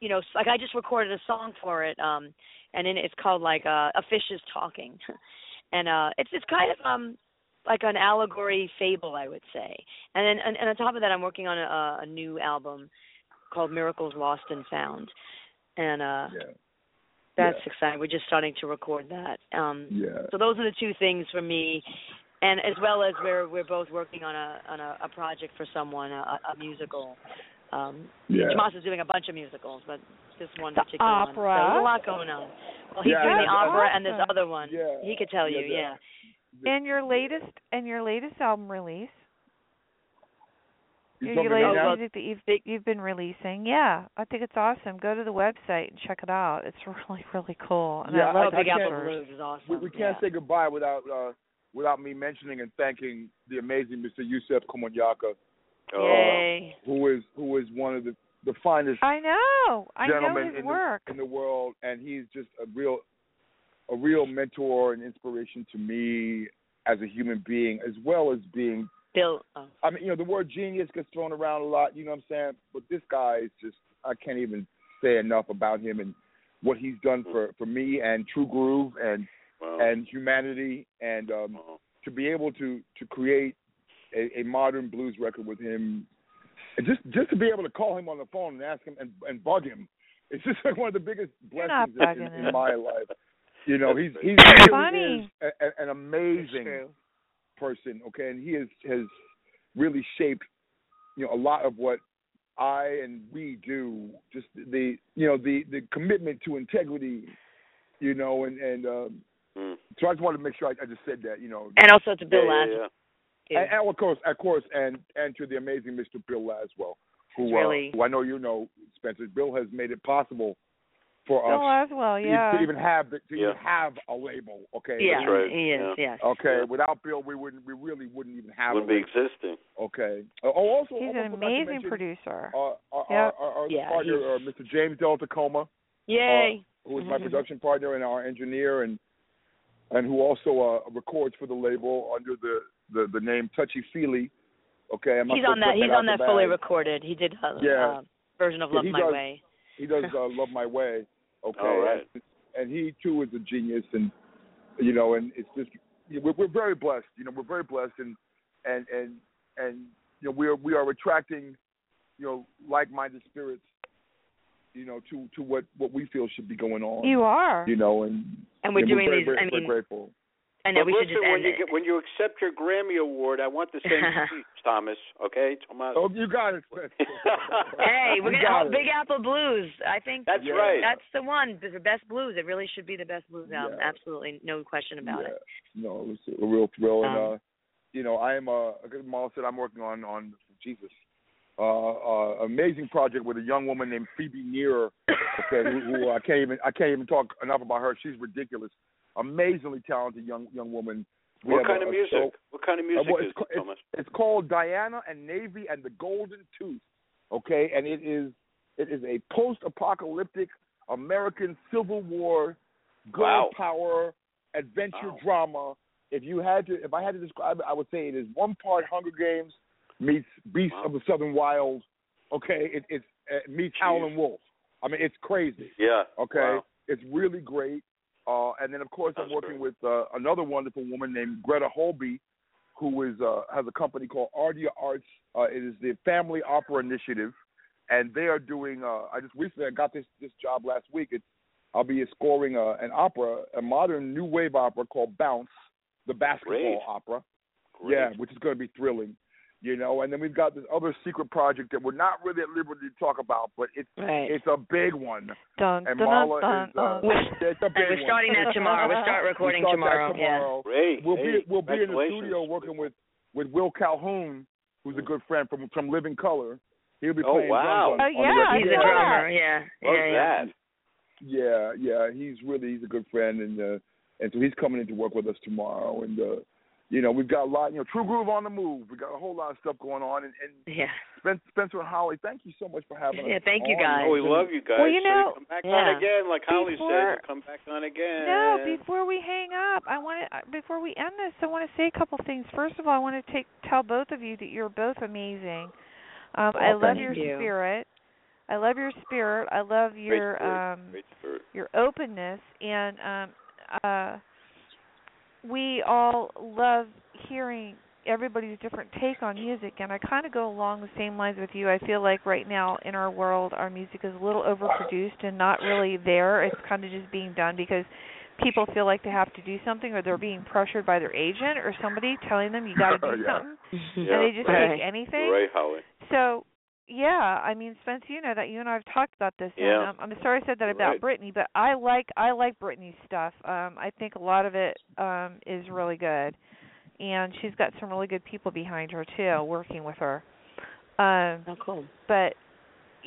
you know, like I just recorded a song for it, um, and in it it's called like uh, a fish is talking, and uh, it's it's kind of um like an allegory fable, I would say. And then and, and on top of that, I'm working on a, a new album called Miracles Lost and Found, and uh, Yeah, that's exciting. We're just starting to record that. Um, yeah. so those are the two things for me, and as well as we're we're both working on a on a, a project for someone, a, a a musical. Um, Yeah. Tomas is doing a bunch of musicals, but this one The particular opera. one. So there's a lot going on. Well, he's Yeah, doing the yeah. opera and this Awesome. other one. Yeah. He could tell Yeah, you, yeah. And your latest and your latest album release. You your told me latest oh, that. music that you've you've been releasing. Yeah. I think it's awesome. Go to the website and check it out. It's really, really cool. And Yeah, I I- love I Oh, Big the can't- Apple covers. Blues is awesome. we, we can't yeah. say goodbye without uh, without me mentioning and thanking the amazing Mr. Yusef Kumanyaka, Oh. Yay. who is who is one of the the finest I know. I gentlemen know his in, work. The, in the world, and he's just a real a real mentor and inspiration to me as a human being, as well as being. Bill. Oh. I mean, you know, the word genius gets thrown around a lot. You know what I'm saying? But this guy is just I can't even say enough about him and what he's done for for me and True Groove and Wow. and humanity and um Wow. to be able to to create a, a modern blues record with him, and just just to be able to call him on the phone and ask him and, and bug him, it's just like one of the biggest You're not blessings in, bugging in him. my life. You know, he's he's That's really funny. is a, a, an amazing person. Okay, and he has has really shaped you know a lot of what I and we do. Just the you know the the commitment to integrity. You know, and and um, Mm. so I just wanted to make sure I, I just said that. You know, And also to Bill yeah, Lazar. yeah, too. and, and of course, of course, and and to the amazing Mr. Bill Laswell, who, Really. uh, who I know you know, Spencer. Bill has made it possible for Bill us Laswell, to- yeah. to even have the, to Yeah. even have a label. Okay, yeah, That's right, he is, yes. Okay, Yeah. without Bill, we wouldn't, we really wouldn't even have. Wouldn't a be label. existing. Okay. Uh, oh, also, He's I'd an also like to amazing mention, producer. Uh, our, our, Yep. our, our Yeah, partner, uh, Mr. James Del Tacoma, uh, Yay. who is my Mm-hmm. Mhm. production partner and our engineer, and and who also uh, records for the label under the the, the name Touchy Feely. Okay, I'm not he's sure on if that he's out on the that fully bag. recorded. He did uh, Yeah. uh, version of Yeah, Love he My does. Way. He does uh, Love My Way. Okay. All right. And, and he too is a genius, and you know, and it's just we're, we're very blessed. You know, we're very blessed, and and and and you know, we are we are attracting, you know, like-minded spirits, you know, to to what what we feel should be going on. You are. you know, and And we're doing very, these Very, I very mean grateful. I know but we should listen, just when end you it. get, when you accept your Grammy award, I want the same speech, Thomas. Okay, Thomas. Oh, you got it. Spencer. Hey, we're gonna You got oh, it. Big Apple Blues. I think That's Yeah. right. that's the one. The best blues. It really should be the best blues album. Yeah. Absolutely, no question about it. yeah. No, it was a real thrill, Um, and uh, you know, I am uh, like Marl said I'm working on on Jesus, uh, uh, amazing project with a young woman named Phoebe Nearer. Okay, who, who uh, I can't even I can't even talk enough about her. She's ridiculous, amazingly talented young young woman. We what have kind a- of a music? show- what kind of music well, is it's it, ca- it's- Thomas? It's called Diana and Navy and the Golden Tooth. Okay, and it is it is a post-apocalyptic American Civil War girl Wow. power adventure Wow. drama. If you had to, if I had to describe it, I would say it is one part Hunger Games meets Beast Wow. of the Southern Wild. Okay, it, it's uh, meets Jeez. Howlin' Wolf. I mean, it's crazy. Yeah. Okay, Wow. it's really great. Uh, and then of course Sounds I'm working with uh, another wonderful woman named Greta Holby, who is uh, has a company called Ardia Arts. Uh, it is the Family Opera Initiative, and they are doing. Uh, I just recently I got this this job last week. It's I'll be scoring uh, an opera, a modern new wave opera called Bounce, the basketball Great. opera. Great. Yeah, which is going to be thrilling, you know. And then we've got this other secret project that we're not really at liberty to talk about, but it's Right. it's a big one. Dun, And dun, dun, Marla is, dun, uh, dun. it's a big We're one. starting that tomorrow. We'll start recording we start tomorrow. That tomorrow. Great. We'll Hey, be we'll be in the congratulations. studio working with with Will Calhoun, who's a good friend from from Living Color. He'll be Oh, playing wow. drums on, Oh, on yeah, Yeah. the He's record. Yeah. a drummer. Yeah. Love yeah, yeah. that. Yeah, yeah, he's really he's a good friend, and uh, and so he's coming in to work with us tomorrow, and uh, you know we've got a lot, you know, True Groove on the move. We got a whole lot of stuff going on, and, and Yeah. Spen- Spencer and Holly, thank you so much for having us. Yeah, thank you on. guys. Oh, we love you guys. Well, you So know- come back Yeah. on again, like Holly Before- said. Come back on again. No, before we hang up, I want to. Before we end this, I want to say a couple things. First of all, I want to take tell both of you that you're both amazing. Um, I Oh, love thank your you. spirit. I love your spirit. I love your spirit. um Great spirit. your openness and um uh we all love hearing everybody's different take on music and I kind of go along the same lines with you. I feel like right now in our world our music is a little overproduced and not really there. It's kind of just being done because people feel like they have to do something or they're being pressured by their agent or somebody telling them you got to do Yeah. something Yeah. and they just Right. take anything. You're right, Holly. So yeah, I mean, Spence, you know that you and I have talked about this. and Yeah. I'm, I'm sorry I said that about Britney, but I like I like Britney's stuff. Um, I think a lot of it um is really good, and she's got some really good people behind her too, working with her. Um, Oh, cool. but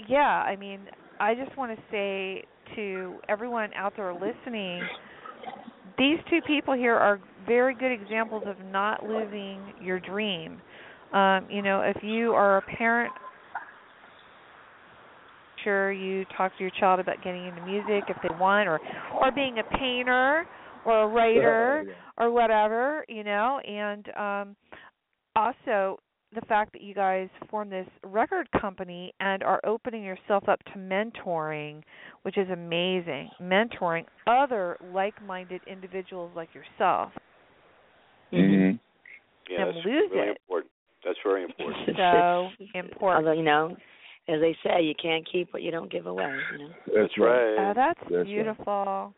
yeah, I mean, I just want to say to everyone out there listening, these two people here are very good examples of not losing your dream. Um, you know, if you are a parent, sure you talk to your child about getting into music if they want, or or being a painter or a writer or whatever, you know, and um also the fact that you guys formed this record company and are opening yourself up to mentoring, which is amazing. Mentoring other like-minded individuals like yourself. Mm-hmm. Yeah, Then that's lose really it. important. That's very important. So important. Although you know, as they say, you can't keep what you don't give away. You know. That's right. right. Oh, that's, right. beautiful.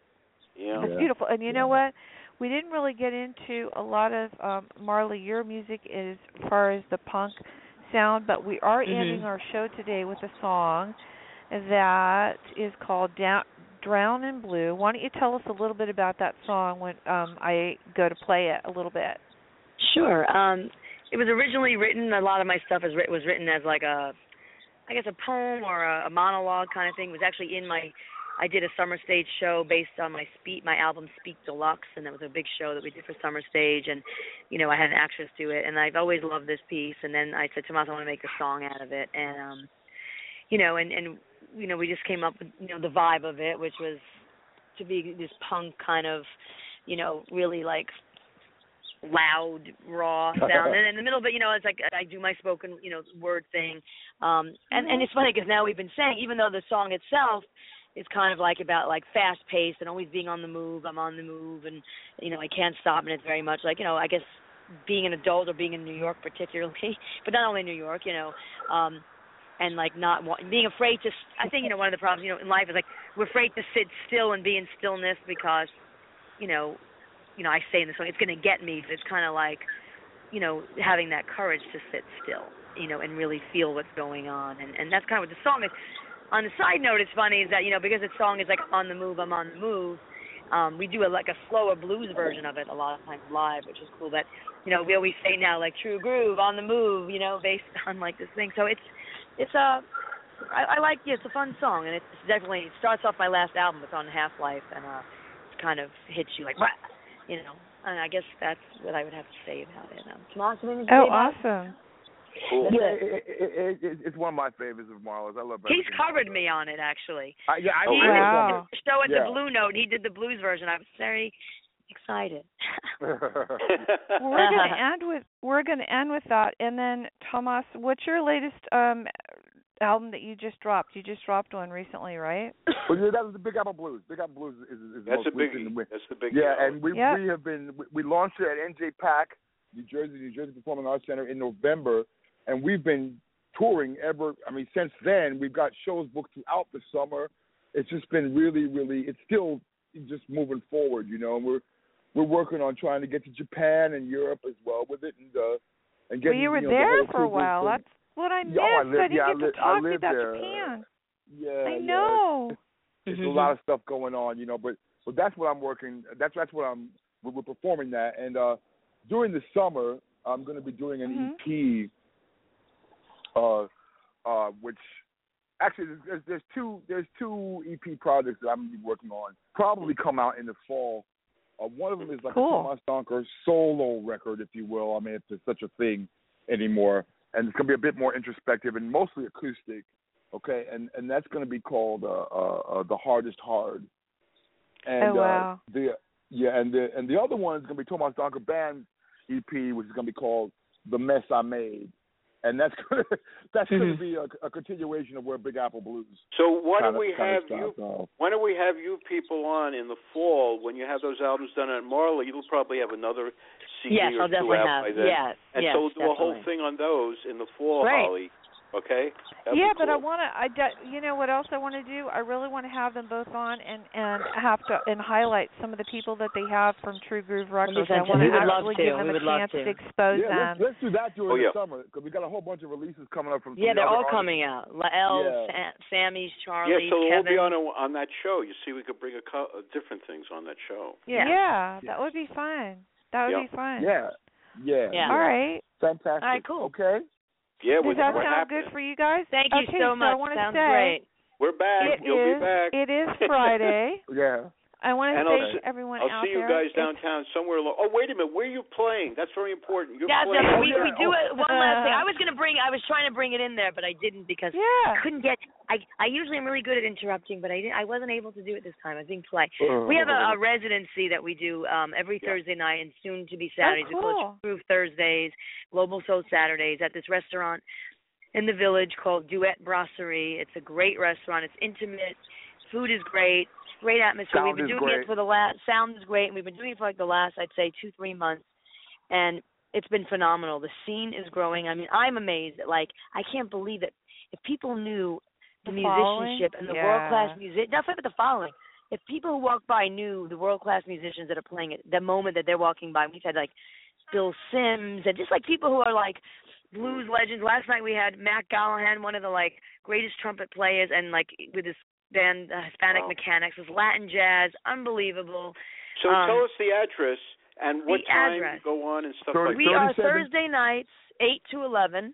Yeah. That's Yeah. beautiful. And you know Yeah. what? We didn't really get into a lot of um Marley your music as far as the punk sound, but we Mm-hmm. are Mhm. ending our show today with a song that is called Down, Drown in Blue. Why don't you tell us a little bit about that song when um I go to play it a little bit? Sure. Um, it was originally written. A lot of my stuff is writ- was written as like a, I guess a poem or a, a monologue kind of thing. It was actually in my, I did a summer stage show based on my speak my album Speak Deluxe, and that was a big show that we did for summer stage. And, you know, I had an actress do it, and I've always loved this piece. And then I said to myself, I want to make a song out of it, and um, you know, and and you know, we just came up with you know the vibe of it, which was to be this punk kind of, you know, really like loud raw sound and in the middle of it you know it's like i do my spoken you know word thing um and and it's funny because now we've been saying even though the song itself is kind of like about like fast paced and always being on the move i'm on the move and you know i can't stop and it's very much like you know i guess being an adult or being in new york particularly but not only new york you know um and like not wa- being afraid to s i think you know one of the problems you know in life is like we're afraid to sit still and be in stillness because you know you know, I say in the song, it's going to get me, but it's kind of like, you know, having that courage to sit still, you know, and really feel what's going on, and and that's kind of what the song is. On the side note, it's funny is that you know because the song is like on the move, I'm on the move. Um, we do a like a slower blues version of it a lot of times live, which is cool. But you know, we always say now like true groove on the move, you know, based on like this thing. So it's it's a I, I like yeah, it's a fun song, and it's definitely it starts off my last album. It's on Half Life, and uh, it kind of hits you like "Wah!" you know. And I guess that's what I would have to say about it. Um, Tomas, you have anything to Oh, say about it? awesome. Cool. Yeah, it, it, it, it's one of my favorites of Marlowe's. I love. He's everything covered about me on it actually. her. I, yeah, I Oh, was really? Wow. The show at Yeah. the Blue Note, he did the blues version. I was very excited. Well, we're going to end with we're going to end with that. And then Tomas, what's your latest um album that you just dropped? You just dropped one recently, right? Well, yeah, that was the Big Apple Blues. Big Apple Blues is, is, is the That's most a big. recent. win. That's the big. deal. yeah, and we Yeah. we have been we- we launched it at NJ Pack, New Jersey, New Jersey Performing Arts Center in November, and we've been touring ever. I mean, since then we've got shows booked throughout the summer. It's just been really, really. It's still just moving forward, you know. And we're we're working on trying to get to Japan and Europe as well with it, and uh, and Well, getting you were know, the there whole for a Kubrick while. thing. That's what I missed. Yeah, oh, I live- didn't yeah, I get live- to I talk to you lived about there. Japan. yeah, I yeah, know. There's a lot of stuff going on, you know. But but that's what I'm working. That's that's what I'm. We're, we're performing that, and uh, during the summer, I'm going to be doing an EP. Uh, uh, which actually there's, there's there's two there's two EP projects that I'm going to be working on. Probably come out in the fall. Uh, one of them is like Cool. a Thomas Donker solo record, if you will. I mean, if there's such a thing anymore, and it's going to be a bit more introspective and mostly acoustic. Okay, and and that's going to be called uh, uh, uh, the hardest hard. And, Oh, wow. Uh, the yeah, and the and the other one is going to be Tomas Donker Band EP, which is going to be called the mess I made, and that's gonna, that's going to be a, a continuation of where Big Apple Blues. so why kinda- don't we kinda have you? starts off. Why don't we have you people on in the fall when you have those albums done at Marley? You'll probably have another CD yes, or I'll two definitely out have. by then. Yeah, And yes, so we'll do a whole definitely. thing on those in the fall, Great. Holly. Okay. That'd be yeah, but I cool. want to. I de- you know what else I want to do? I really want to have them both on and and have to and highlight some of the people that they have from True Groove Records. I want We to would love actually to. give them a We would love chance to. expose yeah, them. let's, let's do that during Oh, yeah. the summer because we got a whole bunch of releases coming up from. Yeah, some they're all other artists. coming out. Lael, Yeah. Sa- Sammy's, Charlie, Yeah, so we'll Kevin. be on a, on that show. You see, we could bring a co- uh, different things on that show. yeah. Yeah, that would be fun. That would Yeah. be fun. Yeah, yeah. Yeah. All right. All Fantastic. right, cool. Okay. Yeah, Does we're, that we're sound happening. good for you guys? Thank you okay, so so much. I want to Sounds say great. We're back. It is- You'll be back. It is Friday. Yeah. I want to And I'll thank see- everyone I'll out see you there. guys It's- downtown somewhere. Lo- oh, wait a minute. Where are you playing? That's very important. You're Yeah, playing. so we Oh, we yeah. do it. One last thing. Uh, I was gonna bring. I was trying to bring it in there, but I didn't because Yeah. I couldn't get. I I usually am really good at interrupting, but I didn't. I wasn't able to do it this time. I was being polite. We have a, a residency that we do um every Oh, Yeah. Thursday night and soon to be Oh, Saturdays. We call cool. it Groove Thursdays, Global Soul Saturdays at this restaurant in the village called Duet Brasserie. It's a great restaurant. It's intimate. Food is great. Great atmosphere. Sound we've is been doing great. it for the last. Sound is great, and we've been doing it for like the last, I'd say, two three months, and it's been phenomenal. The scene is growing. I mean, I'm amazed. At, like, I can't believe it. If people knew the, The following? musicianship and the Yeah. world class music, not but the following. If people who walk by knew the world class musicians that are playing it, the moment that they're walking by, we've had like Bill Sims and just like people who are like blues legends. Last night we had Matt Gallahan, one of the like greatest trumpet players, and like with his band uh, Hispanic Wow. Mechanics, with Latin jazz, unbelievable. so um, tell us the address and what the time address. you go on and stuff Thirty- like We are 37? Thursday nights, eight to eleven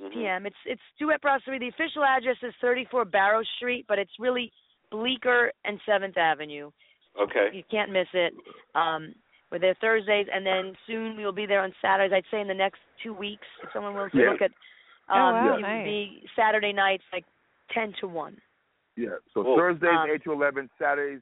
that. Mhm. p.m. It's it's Duet Brasserie. The official address is 34 Barrow Street, but it's really Bleecker and Seventh Avenue. Okay. You can't miss it. Um, we're there Thursdays, and then soon we'll be there on Saturdays. I'd say in the next two weeks, if someone wants to Yeah. look at, Oh, um, wow, it nice. would be Saturday nights like 10 to 1. Yeah. So Cool. Thursdays Um, eight to eleven, Saturdays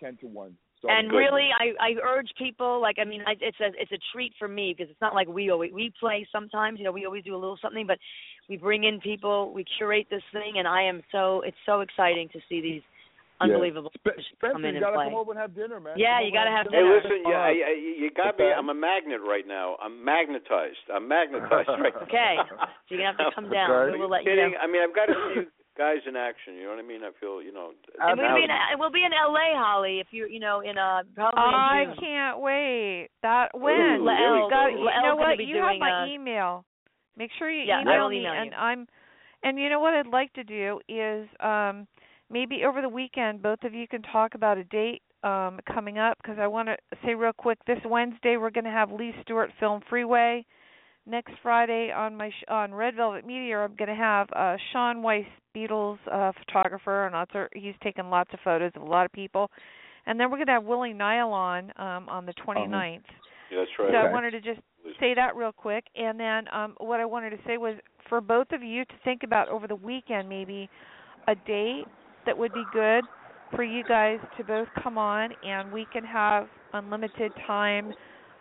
ten to one. So and good. really, I I urge people like I mean, I, it's a it's a treat for me because it's not like we always we play sometimes. You know, we always do a little something, but we bring in people, we curate this thing, and I am so it's so exciting to see these Yeah. unbelievable Spe- musicians come Spencer, in you and gotta play. come over and have dinner, man. Yeah, Come you over gotta and have Hey, dinner. listen, yeah, I, I, you got me. Okay. I'm a magnet right now. I'm magnetized. I'm magnetized right now. Okay, so you're gonna have to come down. Okay. We will let you know. Kidding. I mean, I've got to see you guys in action. You know what I mean? I feel, you know. And we'll be in now- and we'll be in L.A. Holly if you're you know in uh probably I in June. can't wait. That when there we you go. got Lael's you know gonna what be you have doing, my uh, email. Make sure you Yeah, I email will me email and you. I'm and you know what I'd like to do is um maybe over the weekend both of you can talk about a date um coming up cuz I want to say real quick this Wednesday we're going to have Lee Stewart Film Freeway. Next Friday on my sh- on Red Velvet Meteor I'm going to have uh Sean Weiss Beatles uh photographer and author he's taken lots of photos of a lot of people. And then we're going to have Willie Nylon um, on the 29th. Yeah, that's So right. I Okay. wanted to just say that real quick. And then um, what I wanted to say was for both of you to think about over the weekend maybe a date that would be good for you guys to both come on and we can have unlimited time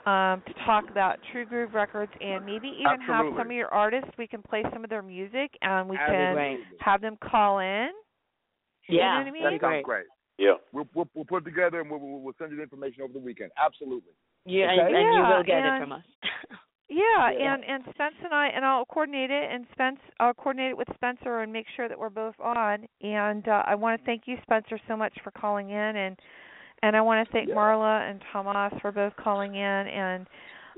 um, to talk about True Groove Records and maybe even have Absolutely. some of your artists. We can play some of their music and we can Absolutely. have them call in. Yeah, You know what I That mean? sounds great. Yeah. We'll, we'll we'll put it together and we'll we'll we'll send you the information over the weekend. Absolutely. yeah, and, Okay. and you Yeah, will get and- it from us. Yeah, Yeah. and and Spence and I and I'll coordinate it and Spence I'll coordinate it with Spencer and make sure that we're both on. And uh, I want to thank you, Spencer, so much for calling in, and and I want to thank Yeah. Marla and Tomas for both calling in. And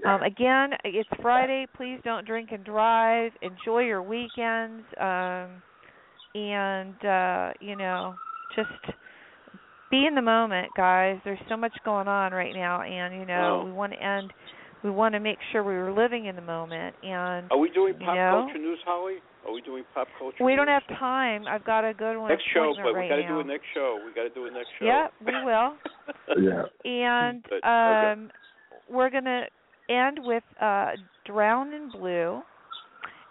um, again, it's Friday. Please don't drink and drive. Enjoy your weekends. Um, and uh, you know, just be in the moment, guys. There's so much going on right now, and you know, Oh. we want to end we want to make sure we were living in the moment and Are we doing You pop know? culture news, Holly? Are we doing pop culture? we don't news? have time i've got a good one next show, appointment but we right got to now do a next show. We got to do a next show. Yep, we will. Yeah. and Good, okay. um we're going to end with uh drown in blue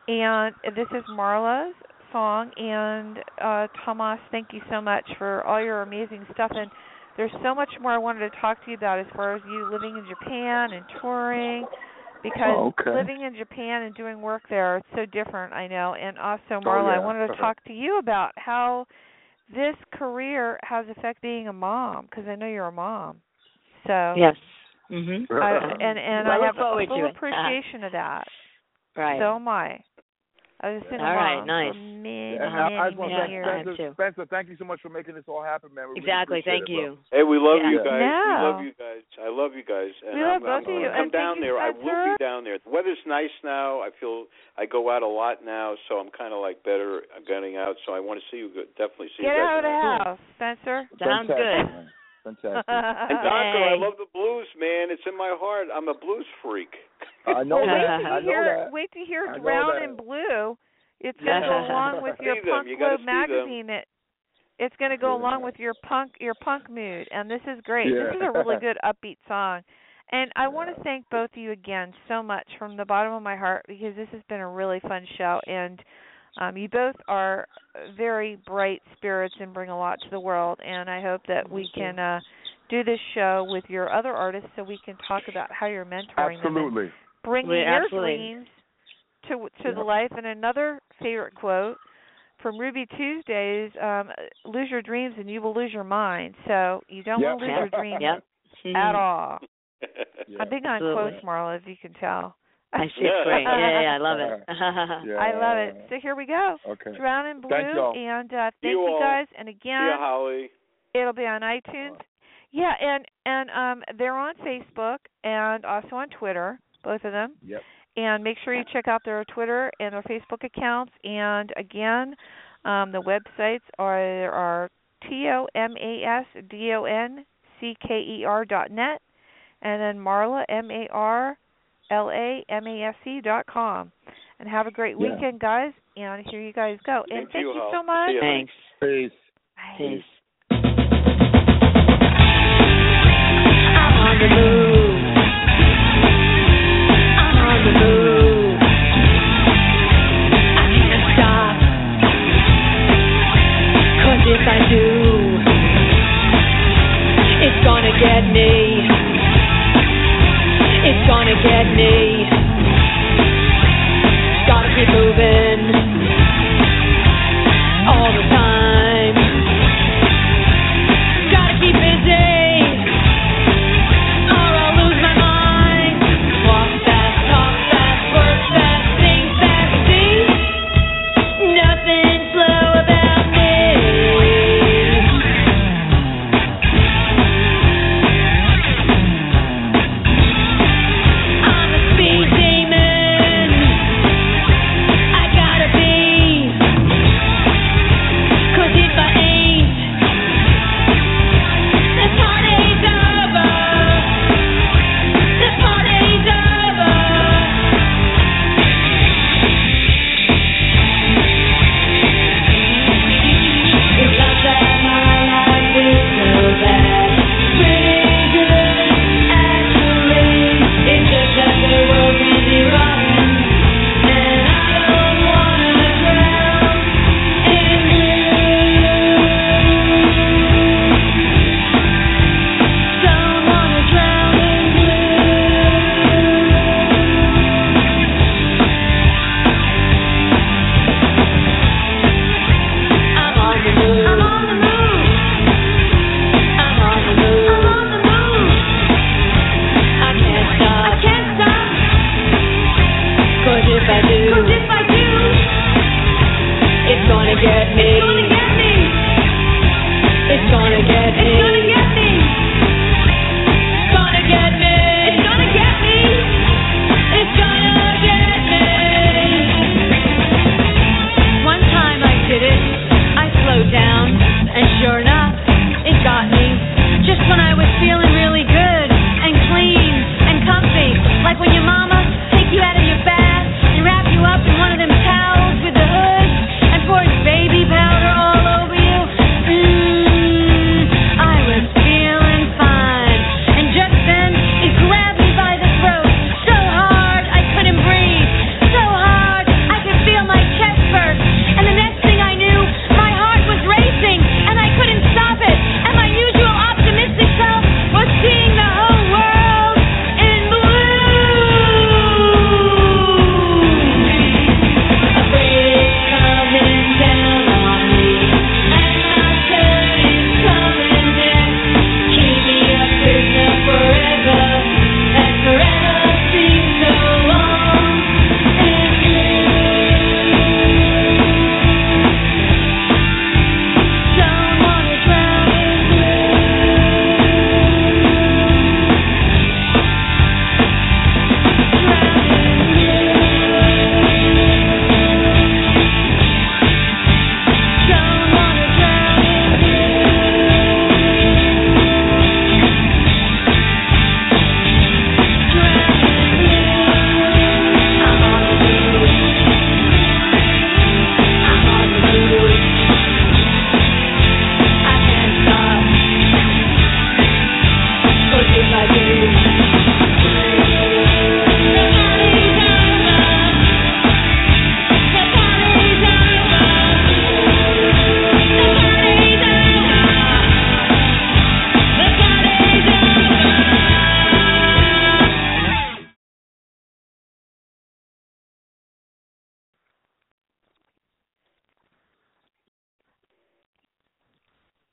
and this is marla's song and uh tomas thank you so much for all your amazing stuff and there's so much more i wanted to talk to you about as far as you living in japan and touring because Oh, okay. living in japan and doing work there it's so different i know and also Oh, marla i yeah. wanted to Uh-huh. talk to you about how this career has affected being a mom because i know you're a mom so yes. Mhm. I, and and Well, I I look have a forward to full it. appreciation of that. Right. So am I. I was in All right, Vermont nice. for many, And I, I just want many to yeah, thank years. that- Spencer, too. Spencer, thank you so much for making this all happen, man. We really Exactly. Thank appreciate it, bro. you. Hey, we love Yeah. you guys. No. We love you guys. I love you guys. And We I'm, love I'm both of gonna you. Come And thank down you, there. I will Spencer. be down there. The weather's nice now. I feel I go out a lot now, so I'm kind of like better at getting out. So I want to see you. go- Definitely see Get you out guys. of tonight. the house, Spencer. Sounds Fantastic, good. man. Fantastic. And Donko, I Hey. love the blues, man. It's in my heart. I'm a blues freak. I know Well, that. wait I to know hear that. wait to I hear know Drown that. in Blue. It's Yeah. gonna go along with your See them. punk You gotta club see them. magazine it it's gonna go See them. along with your punk your punk mood and this is great. This is Yeah. a really good upbeat song. And I want Yeah. to thank both of you again so much from the bottom of my heart because this has been a really fun show and um, you both are very bright spirits and bring a lot to the world and I hope that we can uh, do this show with your other artists so we can talk about how you're mentoring them and Absolutely. bringing We- your absolutely. dreams to to the Yeah. life. And another favorite quote from Ruby Tuesday is, um, "Lose your dreams and you will lose your mind." So you don't want to lose Yeah. your dreams Yep. at all. Yeah. I'm big on Absolutely. quotes, Marla, as you can tell. I see. It's great. Yeah, yeah, I love it. Yeah. I love it. So here we go. Okay. Drown in Blue, Thank y'all. and uh, thank You you all. guys. And See again, ya, Holly. It'll be on iTunes. Yeah, and and um they're on Facebook and also on Twitter, both of them. Yep. And make sure you check out their Twitter and their Facebook accounts. And again, um the websites are there are t o m a s d o n c k e r dot net, and then Marla m a r l a m a s e dot com. And have a great Yeah. weekend, guys. And here you guys go. And Thank thank you, you Hal. so much. See ya. Thanks. Peace. Bye. Peace. I'm on the move. I'm on the move. I can't stop. 'Cause if I do, it's gonna get me. It's gonna get me. Mm,